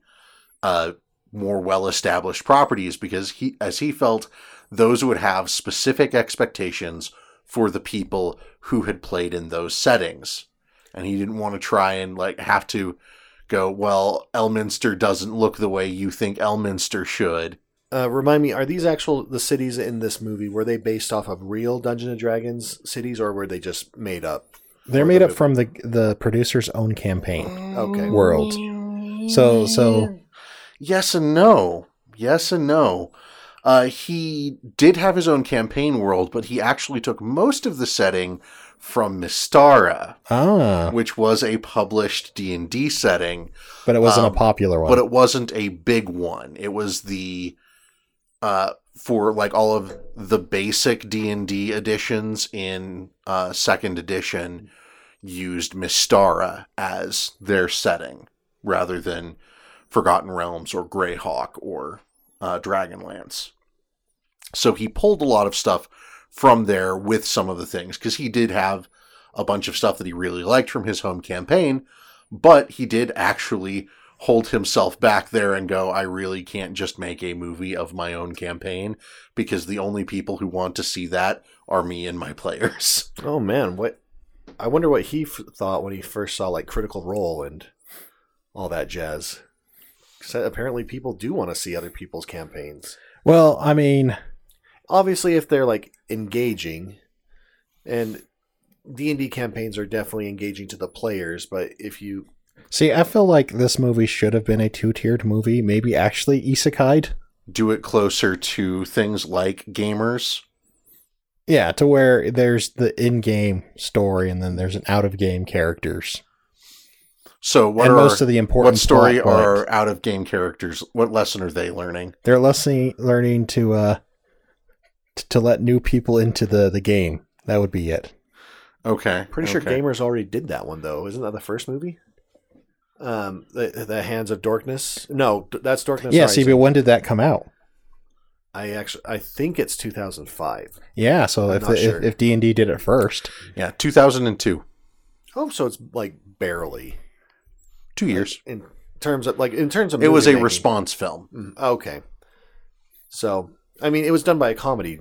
uh, more well-established properties, because he, as he felt, those would have specific expectations for the people who had played in those settings. And he didn't want to try and like have to go, well, Elminster doesn't look the way you think Elminster should. Uh, remind me, are these actual the cities in this movie were they based off of real Dungeon and Dragons cities or were they just made up? They're made up from the the producer's own campaign uh, Okay. world. So so Yes and no. Yes and no. Uh, he did have his own campaign world, but he actually took most of the setting from Mistara, ah, which was a published D and D setting, but it wasn't Um, a popular one. but it wasn't a big one. It was the uh, for like all of the basic D and D editions in uh, second edition used Mistara as their setting rather than Forgotten Realms or Greyhawk or uh, Dragonlance. So he pulled a lot of stuff from there with some of the things because he did have a bunch of stuff that he really liked from his home campaign, but he did actually hold himself back there and go, I really can't just make a movie of my own campaign because the only people who want to see that are me and my players. Oh man, what? I wonder what he f- thought when he first saw like Critical Role and all that jazz. 'Cause uh, apparently, people do want to see other people's campaigns. Well, I mean, Obviously, if they're like engaging, and D and D campaigns are definitely engaging to the players, but if you see, I feel like this movie should have been a two-tiered movie, maybe actually isekai'd. Do it closer to things like gamers. Yeah, to where there's the in-game story and then there's an out-of-game characters. So what and are most of the important what story plot points. are out of game characters? What lesson are they learning? they're lesson learning to uh t- to let new people into the the game. That would be it. Okay, Pretty sure okay. gamers already did that one though. Isn't that the first movie? Um, the, the Hands of Darkness. No, d- that's Darkness. yeah, Rises. see, but when did that come out? I actually, I think it's 2005. Yeah, so I'm if, not the, sure. if if D and D did it first, Yeah, two thousand and two, Oh, so it's like barely two years. in terms of like in terms of It was a movie making. response film. Mm, Okay, so I mean, it was done by a comedy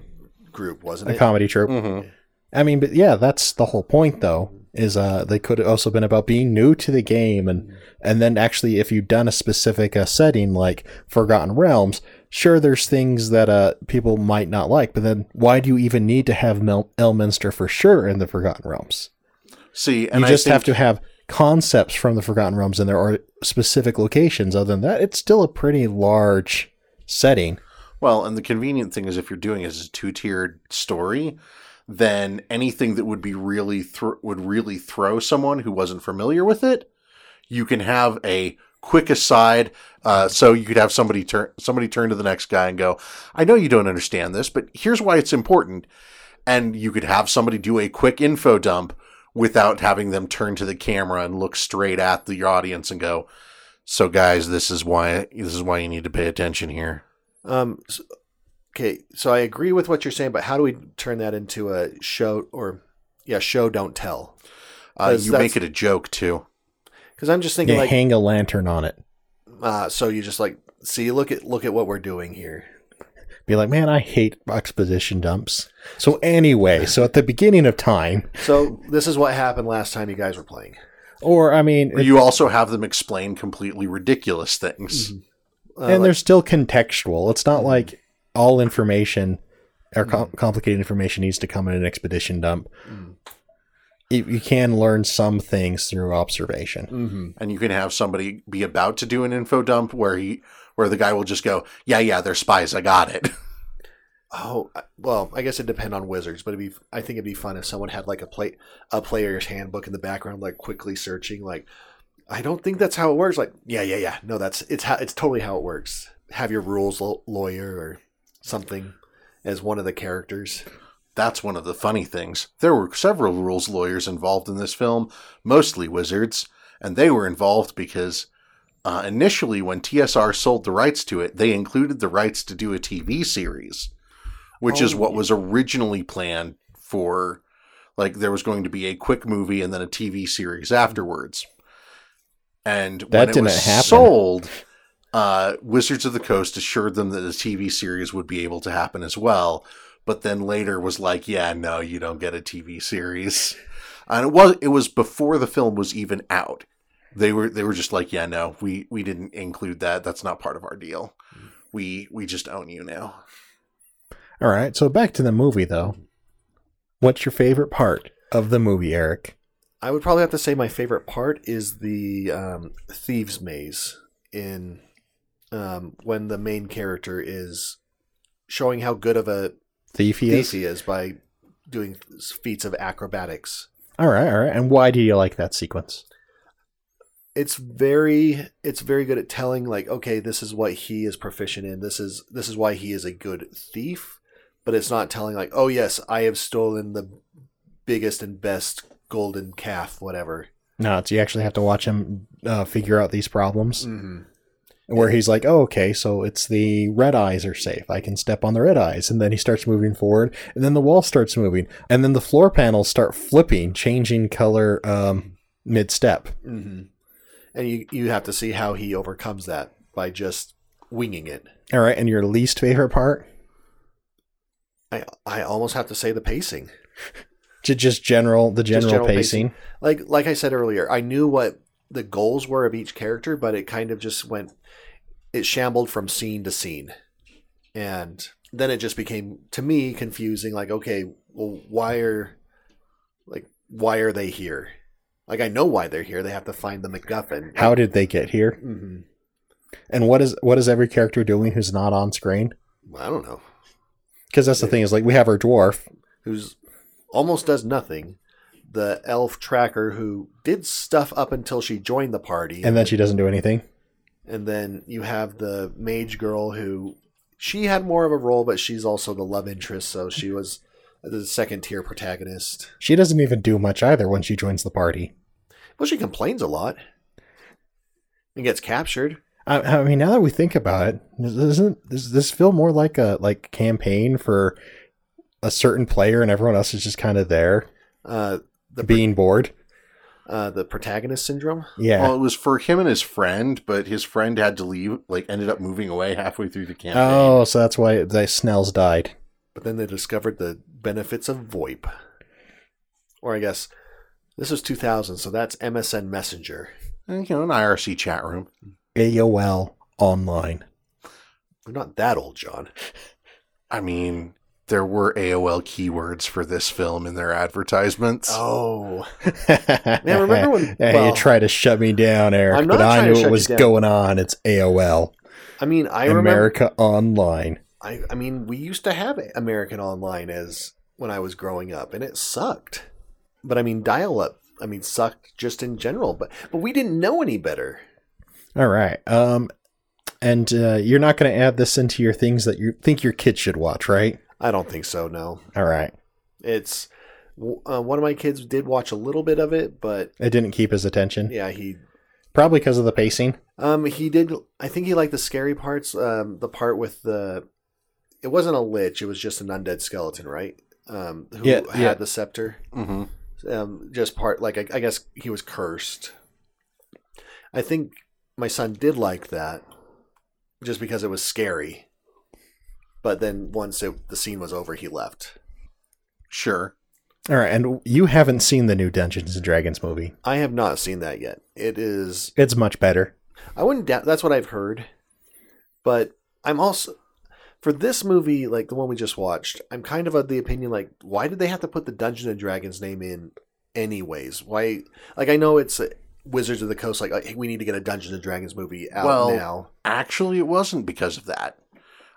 group, wasn't a it? comedy troupe. I mean, but yeah, that's the whole point, though. Is uh, they could have also been about being new to the game, and and then actually, if you've done a specific uh, setting like Forgotten Realms, sure, there's things that uh people might not like, but then why do you even need to have Mel- Elminster for sure in the Forgotten Realms? See, and you just I think, have to have concepts from the Forgotten Realms, and there are specific locations. Other than that, it's still a pretty large setting. Well, and the convenient thing is if you're doing it as a two-tiered story, then anything that would be really thro- would really throw someone who wasn't familiar with it, you can have a quick aside. Uh, so you could have somebody turn somebody turn to the next guy and go, "I know you don't understand this, but here's why it's important." And you could have somebody do a quick info dump without having them turn to the camera and look straight at the audience and go, "So guys, this is why this is why you need to pay attention here." Um, s okay, so I agree with what you're saying, but how do we turn that into a show or yeah, show don't tell? Uh, 'Cause you that's- make it a joke too. Because I'm just thinking You like hang a lantern on it. Uh, so you just like see, look at look at what we're doing here. Be like, man, I hate exposition dumps. So anyway, so at the beginning of time, So this is what happened last time you guys were playing. or I mean, Or you also have them explain completely ridiculous things. Uh, and like- they're still contextual. It's Mm-hmm. not like all information or Mm. com- complicated information needs to come in an expedition dump. Mm. You, you can learn some things through observation. mm-hmm. And you can have somebody be about to do an info dump where he where the guy will just go, "Yeah, yeah, they're spies. I got it." oh I- well, I guess it depend on wizards, but it'd be I think it'd be fun if someone had like a play a player's handbook in the background, like quickly searching, like I don't think that's how it works. Like yeah, yeah, yeah, no, that's it's how it's totally how it works. Have your rules l- lawyer or something as one of the characters. That's one of the funny things. There were several rules lawyers involved in this film, mostly wizards, and they were involved because uh, initially, when TSR sold the rights to it, they included the rights to do a TV series, which is Oh, what yeah. was originally planned for. Like, there was going to be a quick movie and then a TV series afterwards. And when That it didn't was happen. sold, uh, Wizards of the Coast assured them that a TV series would be able to happen as well, but then later was like, "Yeah, no, you don't get a TV series." And it was it was before the film was even out. They were they were just like, "Yeah, no, we we didn't include that. That's not part of our deal. We we just own you now." All right, so back to the movie though. What's your favorite part of the movie, Eric? I would probably have to say my favorite part is the um, thieves maze in um, when the main character is showing how good of a Thief he thief is. he is by doing feats of acrobatics. All right, all right. And why do you like that sequence? it's very it's very good at telling like okay this is what he is proficient in this is this is why he is a good thief but it's not telling like oh yes i have stolen the biggest and best golden calf whatever No, it's, you actually have to watch him uh, figure out these problems. mm-hmm. where he's like, "Oh, okay, so it's the red eyes are safe. I can step on the red eyes." And then he starts moving forward, and then the wall starts moving, and then the floor panels start flipping, changing color um, mid-step. Mm-hmm. and you you have to see how he overcomes that by just winging it All right, and your least favorite part, i i almost have to say the pacing J- just general the general, general pacing. like like I said earlier, I knew what the goals were of each character, but it kind of just went it shambled from scene to scene. And then it just became to me confusing like okay, well why are like why are they here? Like I know why they're here. They have to find the MacGuffin. How did they get here? hmm And what is what is every character doing who's not on screen? I don't know. Because that's the thing is like we have our dwarf. Who's almost does nothing. The elf tracker who did stuff up until she joined the party, And then she doesn't do anything. and then you have the mage girl who she had more of a role but she's also the love interest so she was the second tier protagonist She doesn't even do much either when she joins the party. well she complains a lot and gets captured I, I mean, now that we think about it, isn't does this feel more like a like campaign for a certain player, and everyone else is just kind of there uh, the pro- being bored? uh, the protagonist syndrome Yeah. Well, it was for him and his friend, but his friend had to leave, like ended up moving away halfway through the campaign. Oh, so that's why the Snells died. but then they discovered the benefits of voip or i guess this was 2000 so that's msn messenger You know, an IRC chat room. AOL online. we're not that old john I mean, there were AOL keywords for this film in their advertisements. oh Man, remember when- Hey, well- you try to shut me down, Eric, I'm not but I trying to knew shut what you was down. going on. It's AOL, i mean i remember America Online. I, I mean, we used to have American Online as when I was growing up, and it sucked. But I mean, dial up, I mean, sucked just in general. But but we didn't know any better. All right. Um, and uh, you're not going to add this into your things that you think your kids should watch, right? I don't think so. No, All right. it's uh, one of my kids did watch a little bit of it, but It didn't keep his attention. yeah, he Probably because of the pacing. um he did. I think he liked the scary parts. Um, the part with the it wasn't a lich; it was just an undead skeleton, right? Um, who Yeah, had yeah. the scepter. hmm um, just part like I, I guess he was cursed. I think my son did like that, just because it was scary. But then once it, the scene was over, he left. Sure. All right, and you haven't seen the new Dungeons and Dragons movie. I have not seen that yet. It is It's much better. I wouldn't doubt that's what I've heard, but I'm also for this movie like the one we just watched. I'm kind of of the opinion like why did they have to put the Dungeons and Dragons name in anyways? Why like I know it's uh, Wizards of the Coast like hey, we need to get a Dungeons and Dragons movie out Well, now. Actually, it wasn't because of that.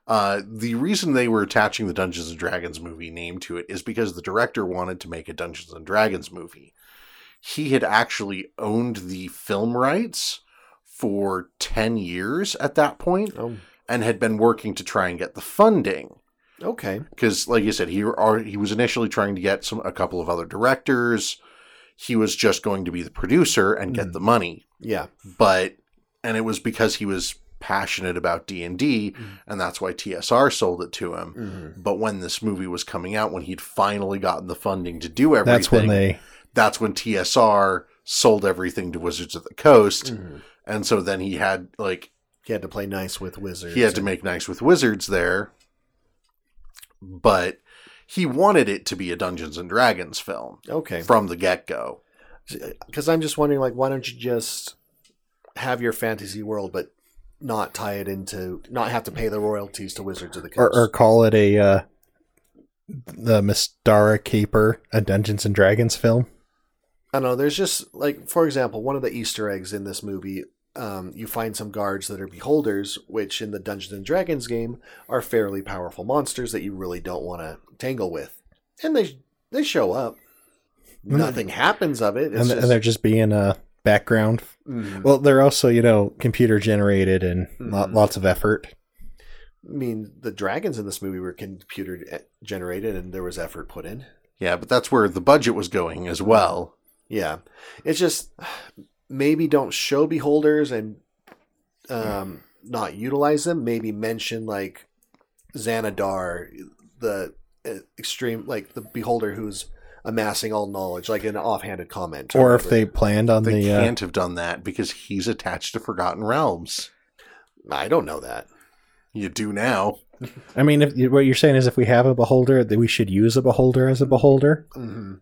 Uh, the reason they were attaching the Dungeons and Dragons movie name to it is because the director wanted to make a Dungeons and Dragons movie. He had actually owned the film rights for 10 years at that point Oh, and had been working to try and get the funding okay. because like you said he are, he was initially trying to get some a couple of other directors he was just going to be the producer and get Mhm. the money Yeah. but and it was because he was passionate about D&D Mm-hmm. Mhm. and that's why TSR sold it to him Mhm. but when this movie was coming out when he'd finally gotten the funding to do everything That's when they. that's when TSR sold everything to Wizards of the Coast Mm. Mhm. and so then he had like He had to play nice with wizards. he had to make nice with wizards there but he wanted it to be a dungeons and dragons film okay. from the get-go Because I'm just wondering like why don't you just have your fantasy world, but not tie it into not have to pay the royalties to Wizards of the Coast. Or, or call it a. Uh, the Mistara Caper, a Dungeons and Dragons film. I don't know. There's just like, for example, one of the Easter eggs in this movie. Um, you find some guards that are beholders, which in the Dungeons and Dragons game are fairly powerful monsters that you really don't want to tangle with, and they they show up. And- Nothing happens of it. It's And, just, and they're just being uh, background. Mm. Well, they're also, you know, computer generated and lo- Mhm. lots of effort. I mean, the dragons in this movie were computer eh, generated, and there was effort put in. Yeah, but that's where the budget was going as well. Yeah, it's just maybe don't show beholders and um, not utilize them. Maybe mention like Xanadar, the uh, extreme, like the beholder who's amassing all knowledge, like an offhanded comment, Or if they whatever. planned on They the uh, can't have done that because he's attached to Forgotten Realms. I don't know that. You do now. I mean, if, what you're saying is if we have a beholder, that we should use a beholder as a beholder. hmm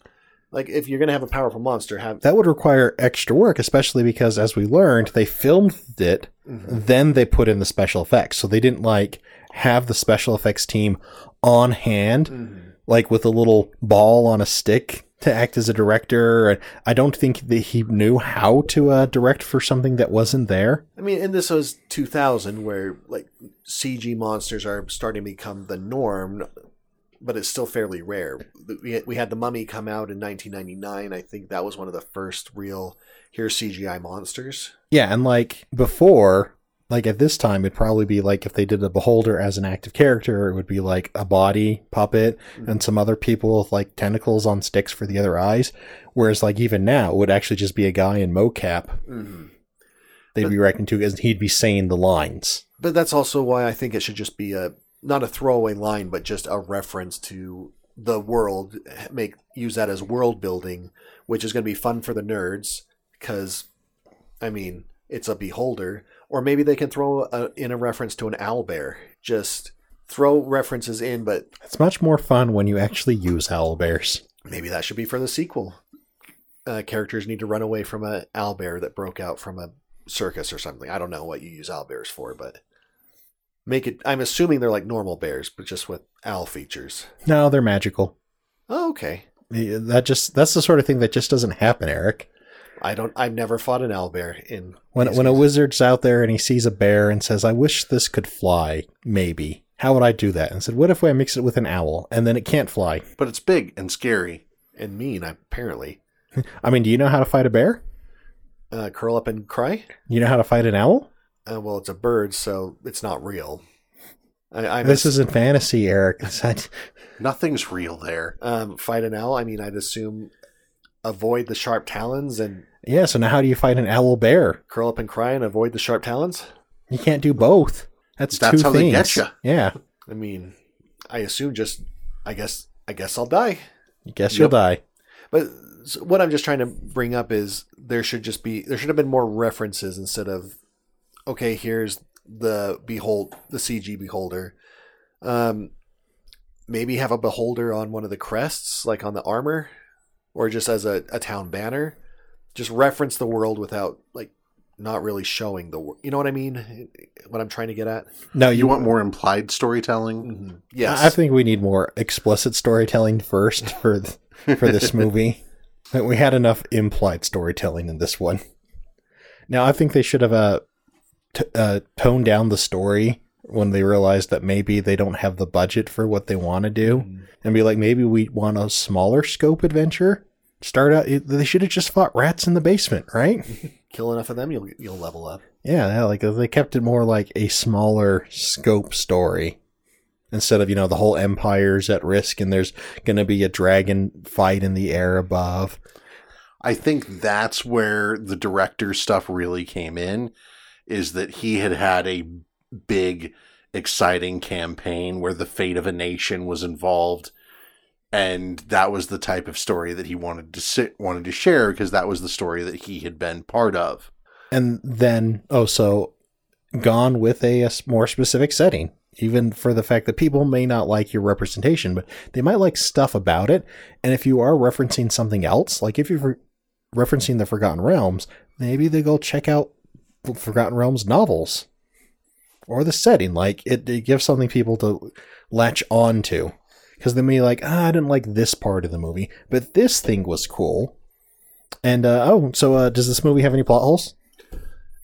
Like if you're gonna have a powerful monster, have That would require extra work, especially because, as we learned, they filmed it, Mhm. then they put in the special effects. So they didn't like have the special effects team on hand, Mhm. like with a little ball on a stick to act as a director. And I don't think that he knew how to uh, direct for something that wasn't there. I mean, and this was 2000, where like CG monsters are starting to become the norm, but it's still fairly rare. We had, we had the Mummy come out in 1999. I think that was one of the first real here's CGI monsters. Yeah, and like before, like at this time, it'd probably be like if they did the Beholder as an active character, it would be like a body puppet and some other people with like tentacles on sticks for the other eyes. Whereas like even now, it would actually just be a guy in mocap they'd be reacting to, and he'd be saying the lines. But that's also why I think it should just be a not a throwaway line, but just a reference to the world. Make use that as world building, which is going to be fun for the nerds because, I mean, it's a beholder. Or maybe they can throw a, in a reference to an owl bear. Just throw references in, but It's much more fun when you actually use owlbears. maybe that should be for the sequel. Uh, characters need to run away from a owl bear that broke out from a circus or something. I don't know what you use owl bears for, but make it. I'm assuming they're like normal bears, but just with owl features. No, they're magical. Oh, okay. Yeah, That just that's the sort of thing that just doesn't happen, Eric. I don't. I've never fought an owl bear in When these when a games. wizard's out there and he sees a bear and says, "I wish this could fly," maybe how would I do that? And said, "What if I mix it with an owl and then it can't fly?" But it's big and scary. and mean apparently I mean, do you know how to fight a bear? uh, curl up and cry. You know how to fight an owl? Uh, well, it's a bird, so it's not real. I, I'm This isn't fantasy, Eric. It's not- Nothing's real there. um, fight an owl. I mean, I'd assume avoid the sharp talons and yeah. So now, how do you fight an owl bear? curl up and cry and avoid the sharp talons. You can't do both. That's That's two how they things. get ya. Yeah. I mean, I assume just, I guess, I guess I'll die. I guess you'll Yep. die. But s- what I'm just trying to bring up is there should just be there should have been more references instead of, okay, here's the behold the CG beholder, um, maybe have a beholder on one of the crests, like on the armor, or just as a, a town banner, just reference the world without like not really showing the world. You know what I mean? What I'm trying to get at. No, You want more implied storytelling? Yes. Mm-hmm. I think we need more explicit storytelling first for th- for this movie. But we had enough implied storytelling in this one. Now I think they should have uh, t- uh, toned down the story when they realized that maybe they don't have the budget for what they want to do, and be like, maybe we want a smaller scope adventure. Start out. it- They should have just fought rats in the basement, right? kill enough of them, you'll you'll level up. Yeah, yeah, like they kept it more like a smaller scope story instead of, you know, the whole empire's at risk and there's going to be a dragon fight in the air above. I think that's where the director stuff really came in, is that he had had a big, exciting campaign where the fate of a nation was involved, and that was the type of story that he wanted to sit, wanted to share because that was the story that he had been part of. And then, oh, so gone with a, a more specific setting, even for the fact that people may not like your representation, but they might like stuff about it. And if you are referencing something else, like if you're referencing the Forgotten Realms, maybe they go check out the Forgotten Realms novels or the setting. Like it, it gives something people to latch on to. Because they may be like, ah, I didn't like this part of the movie, but this thing was cool. And uh, oh, so uh, does this movie have any plot holes?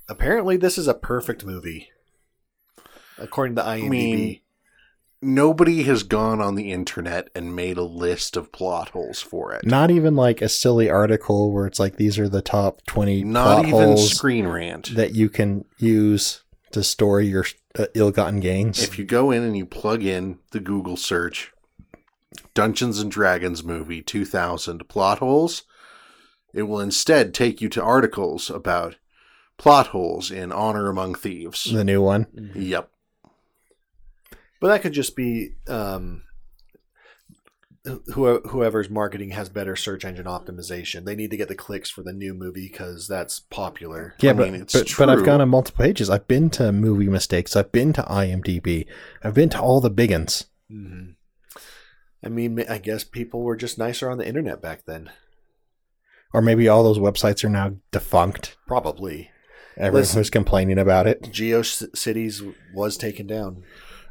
Apparently, this is a perfect movie, according to IMDb. mean, nobody has gone on the internet and made a list of plot holes for it. Not even like a silly article where it's like these are the top twenty Not plot even holes Screen Rant. that you can use to store your uh, ill-gotten gains. If you go in and you plug in the Google search Dungeons and Dragons movie 2000 plot holes, it will instead take you to articles about plot holes in Honor Among Thieves. the new one. Yep. But that could just be um, who, whoever's marketing has better search engine optimization. They need to get the clicks for the new movie because that's popular. Yeah, I but, mean, it's but, but I've true. gone on multiple pages. I've been to Movie Mistakes. I've been to IMDb. I've been to all the big uns. Mm-hmm. I mean, I guess people were just nicer on the internet back then. Or maybe all those websites are now defunct. Probably. Everyone Listen- who's complaining about it. GeoCities was taken down.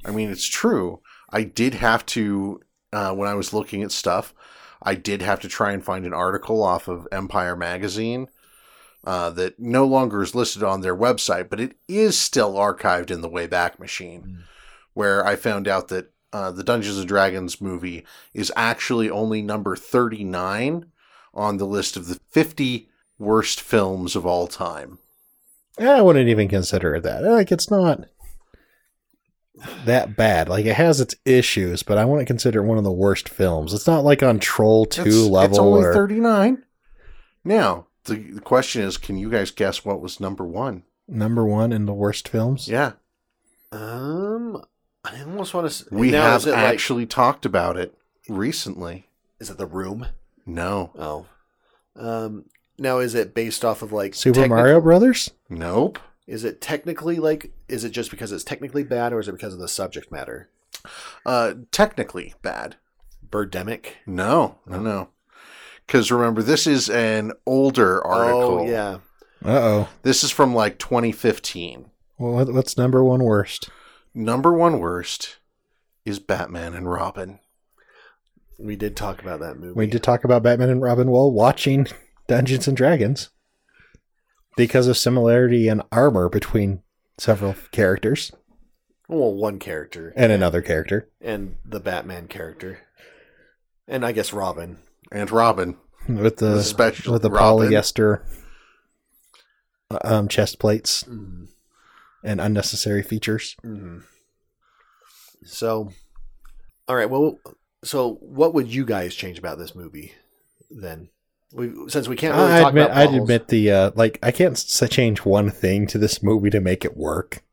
I mean, it's true. I did have to, uh, when I was looking at stuff, I did have to try and find an article off of Empire Magazine uh, that no longer is listed on their website, but it is still archived in the Wayback Machine, where I found out that uh, the Dungeons and Dragons movie is actually only number 39 on the list of the 50 worst films of all time. Eh, I wouldn't even consider it that. Eh, Like, it's not that bad. Like, it has its issues, but I wouldn't consider it one of the worst films. It's not like on Troll 2 It's- level It's only or. 39. Now, the, the question is can you guys guess what was number one? number one in the worst films. Yeah. Um, I almost want to. We now, have is it like- actually talked about it recently. is it the room? No. Oh, um, now is it based off of like Super technic- Mario Brothers? Nope. Is it technically like? Is it just because it's technically bad, or is it because of the subject matter? Uh, technically bad. Birdemic. No, no, no. Because remember, this is an older article. Oh yeah, Uh oh. This is from like 2015. Well, what's number one worst? Number one worst is Batman and Robin. we did talk about that movie. We did talk about Batman and Robin while watching Dungeons and Dragons because of similarity in armor between several characters Well, one character and another character. and the Batman character, and I guess Robin. And Robin, with the Especially with the Robin. polyester um, chest plates Mhm. and unnecessary features. Mhm. So, all right. Well, so what would you guys change about this movie then? We since we can't really I talk admit, about I plot holes, admit the uh, like I can't s- change one thing to this movie to make it work.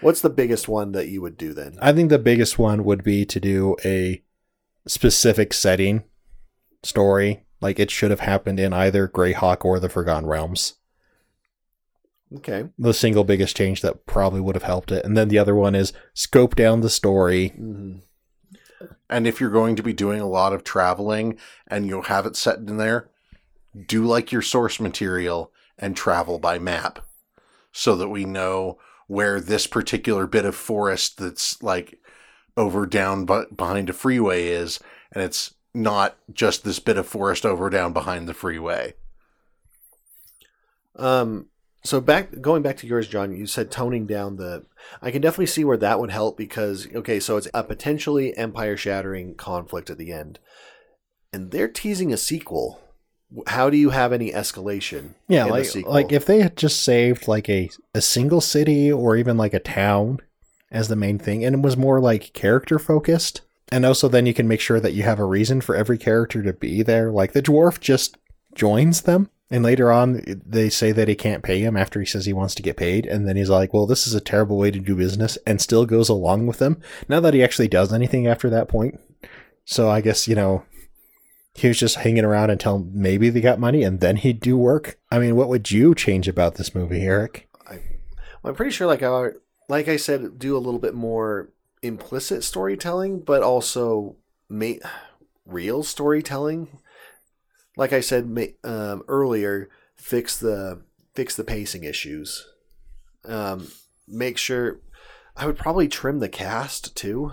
What's the biggest one that you would do then? I think the biggest one would be to do a specific setting story, like it should have happened in either Greyhawk or the Forgotten Realms. Okay. The single biggest change that probably would have helped it, and then the other one is scope down the story. hmm And if you're going to be doing a lot of traveling and you have it set in there, do like your source material and travel by map so that we know where this particular bit of forest that's like over down but behind a freeway is and it's not just this bit of forest over down behind the freeway. Um, so back going back to yours, John, you said toning down the. I can definitely see where that would help because okay, so it's a potentially empire-shattering conflict at the end, and they're teasing a sequel. How do you have any escalation? Yeah, in the like sequel? like if they had just saved like a a single city or even like a town as the main thing, and it was more like character focused, and also then you can make sure that you have a reason for every character to be there. Like the dwarf just joins them, and later on they say that he can't pay him after he says he wants to get paid, and then he's like, "Well, this is a terrible way to do business," and still goes along with them. Now that he actually does anything after that point, so I guess you know he was just hanging around until maybe they got money and then he'd do work. I mean, what would you change about this movie, Eric? I, well, I'm pretty sure, like I like I said, do a little bit more implicit storytelling, but also ma- real storytelling. Like I said ma- um, earlier, fix the fix the pacing issues. Um, make sure. I would probably trim the cast too.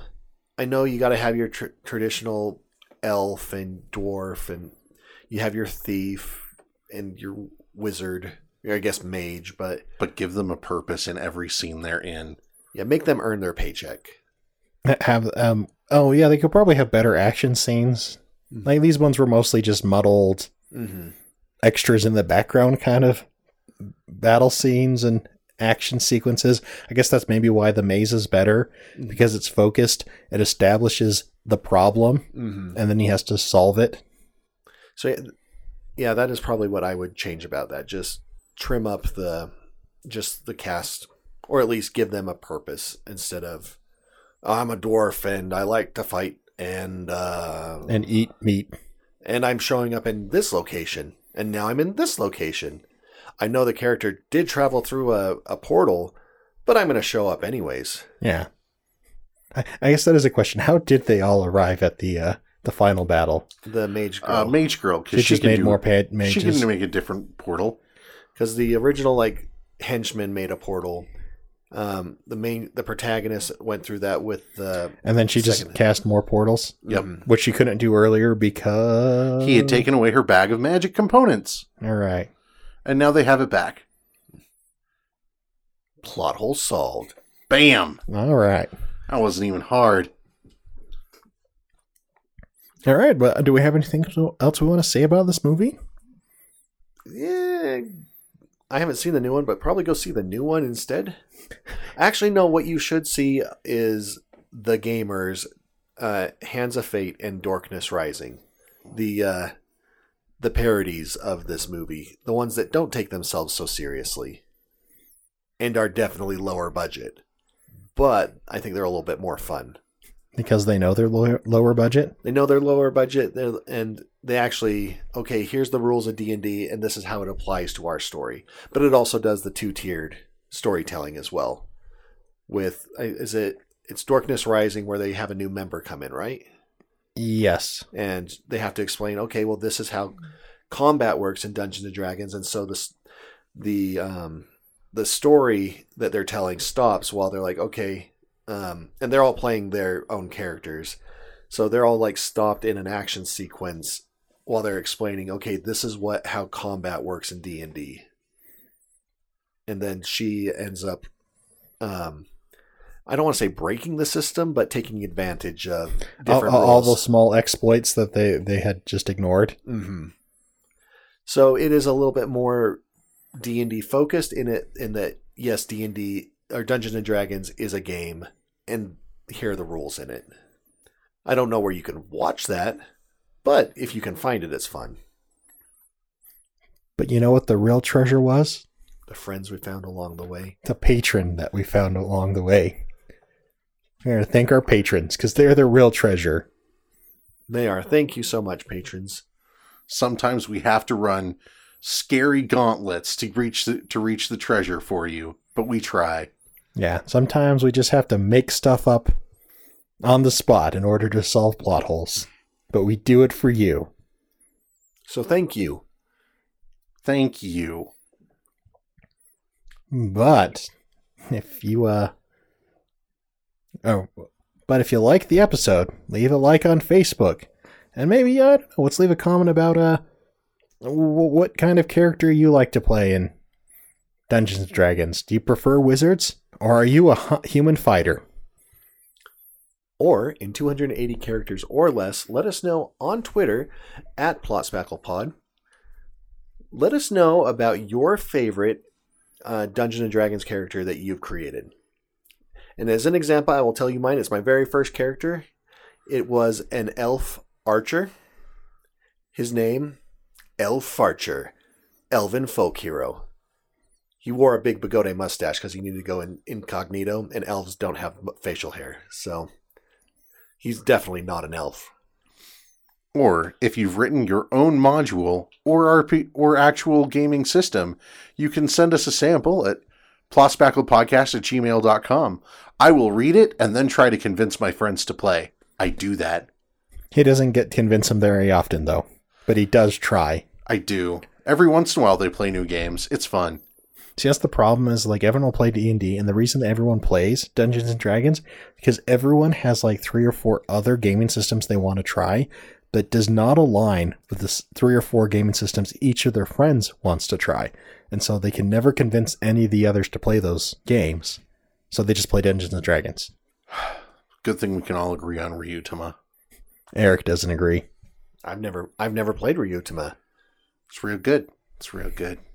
I know you got to have your tr- traditional elf and dwarf, and you have your thief and your wizard, or I guess mage, but But give them a purpose in every scene they're in. yeah, make them earn their paycheck. that have um oh yeah they could probably have better action scenes like these ones were mostly just muddled Mm-hmm. extras in the background kind of battle scenes and action sequences i guess that's maybe why the maze is better because it's focused it establishes the problem Mm-hmm. and then he has to solve it So, yeah, yeah, that is probably what I would change about that. Just trim up the, just the cast, or at least give them a purpose instead of, "Oh, I'm a dwarf and I like to fight and uh, and, and eat meat I'm showing up in this location and now I'm in this location. I know the character did travel through a, a portal, but I'm going to show up anyways. yeah I, I guess that is a question how did they all arrive at the uh the final battle The mage Uh, girl, Mage Girl, they because she just can made do more pa- mages she can make a different portal. because the original like henchman made a portal. Um, the main the protagonist went through that with the and then she just Second. cast more portals Yep. Mhm. which she couldn't do earlier because He had taken away her bag of magic components, all right and now they have it back. plot hole solved. Bam! all right That wasn't even hard. all right but do we have anything else we want to say about this movie Yeah, I haven't seen the new one, but probably go see the new one instead. Actually, no. What you should see is the gamers, uh, Hands of Fate and Dorkness Rising, the uh, the parodies of this movie, the ones that don't take themselves so seriously, and are definitely lower budget, but I think they're a little bit more fun. because they know they're lower, lower budget they know they're lower budget they're- and they actually okay here's the rules of d&d and this is how it applies to our story but it also does the two-tiered storytelling as well with uh, is it it's dorkness rising where they have a new member come in right yes and they have to explain okay well this is how combat works in dungeons and dragons and so this the um the story that they're telling stops while they're like okay um and they're all playing their own characters so they're all like stopped in an action sequence while they're explaining okay this is what how combat works in d&d and then she ends up um i don't want to say breaking the system but taking advantage of all, different all- all rules. those small exploits that they they had just ignored Mm-hmm. So it is a little bit more D and D focused in it, in that yes, D and D or Dungeons and Dragons is a game, and here are the rules in it. I don't know where you can watch that, but if you can find it, it's fun. but you know what the real treasure was The friends we found along the way. the patron that we found along the way we're going to thank our patrons because they're the real treasure They are. Thank you so much, patrons. Sometimes we have to run scary gauntlets to reach the, to reach the treasure for you, but we try. yeah sometimes we just have to make stuff up on the spot in order to solve plot holes but we do it for you So thank you. Thank you. But if you uh oh, but if you like the episode, leave a like on Facebook, and maybe uh, I don't know, let's leave a comment about uh wh- what kind of character you like to play in Dungeons and Dragons. Do you prefer wizards, or are you a hu- human fighter? Or in 280 characters or less, let us know on Twitter at PlotSpacklePod. Let us know about your favorite uh, Dungeons and Dragons character that you've created. And as an example, I will tell you mine. It's my very first character. It was an elf archer. His name, Elf Archer, Elven folk hero. He wore a big bigote mustache because he needed to go in incognito, and elves don't have facial hair. So he's definitely not an elf. Or if you've written your own module or RP or actual gaming system, you can send us a sample at plotsbackledpodcast at gmail.com. I will read it and then try to convince my friends to play. I do that. He doesn't get convince him very often though, but he does try. I do. Every once in a while they play new games. It's fun. See, that's the problem is like everyone will play D and D, and the reason that everyone plays Dungeons and Dragons because everyone has like three or four other gaming systems they want to try, but does not align with the s- three or four gaming systems each of their friends wants to try, and so they can never convince any of the others to play those games, so they just play Dungeons and Dragons. Good thing we can all agree on Ryutama. Eric doesn't agree. I've never I've never played Ryutama. It's real good. It's real good.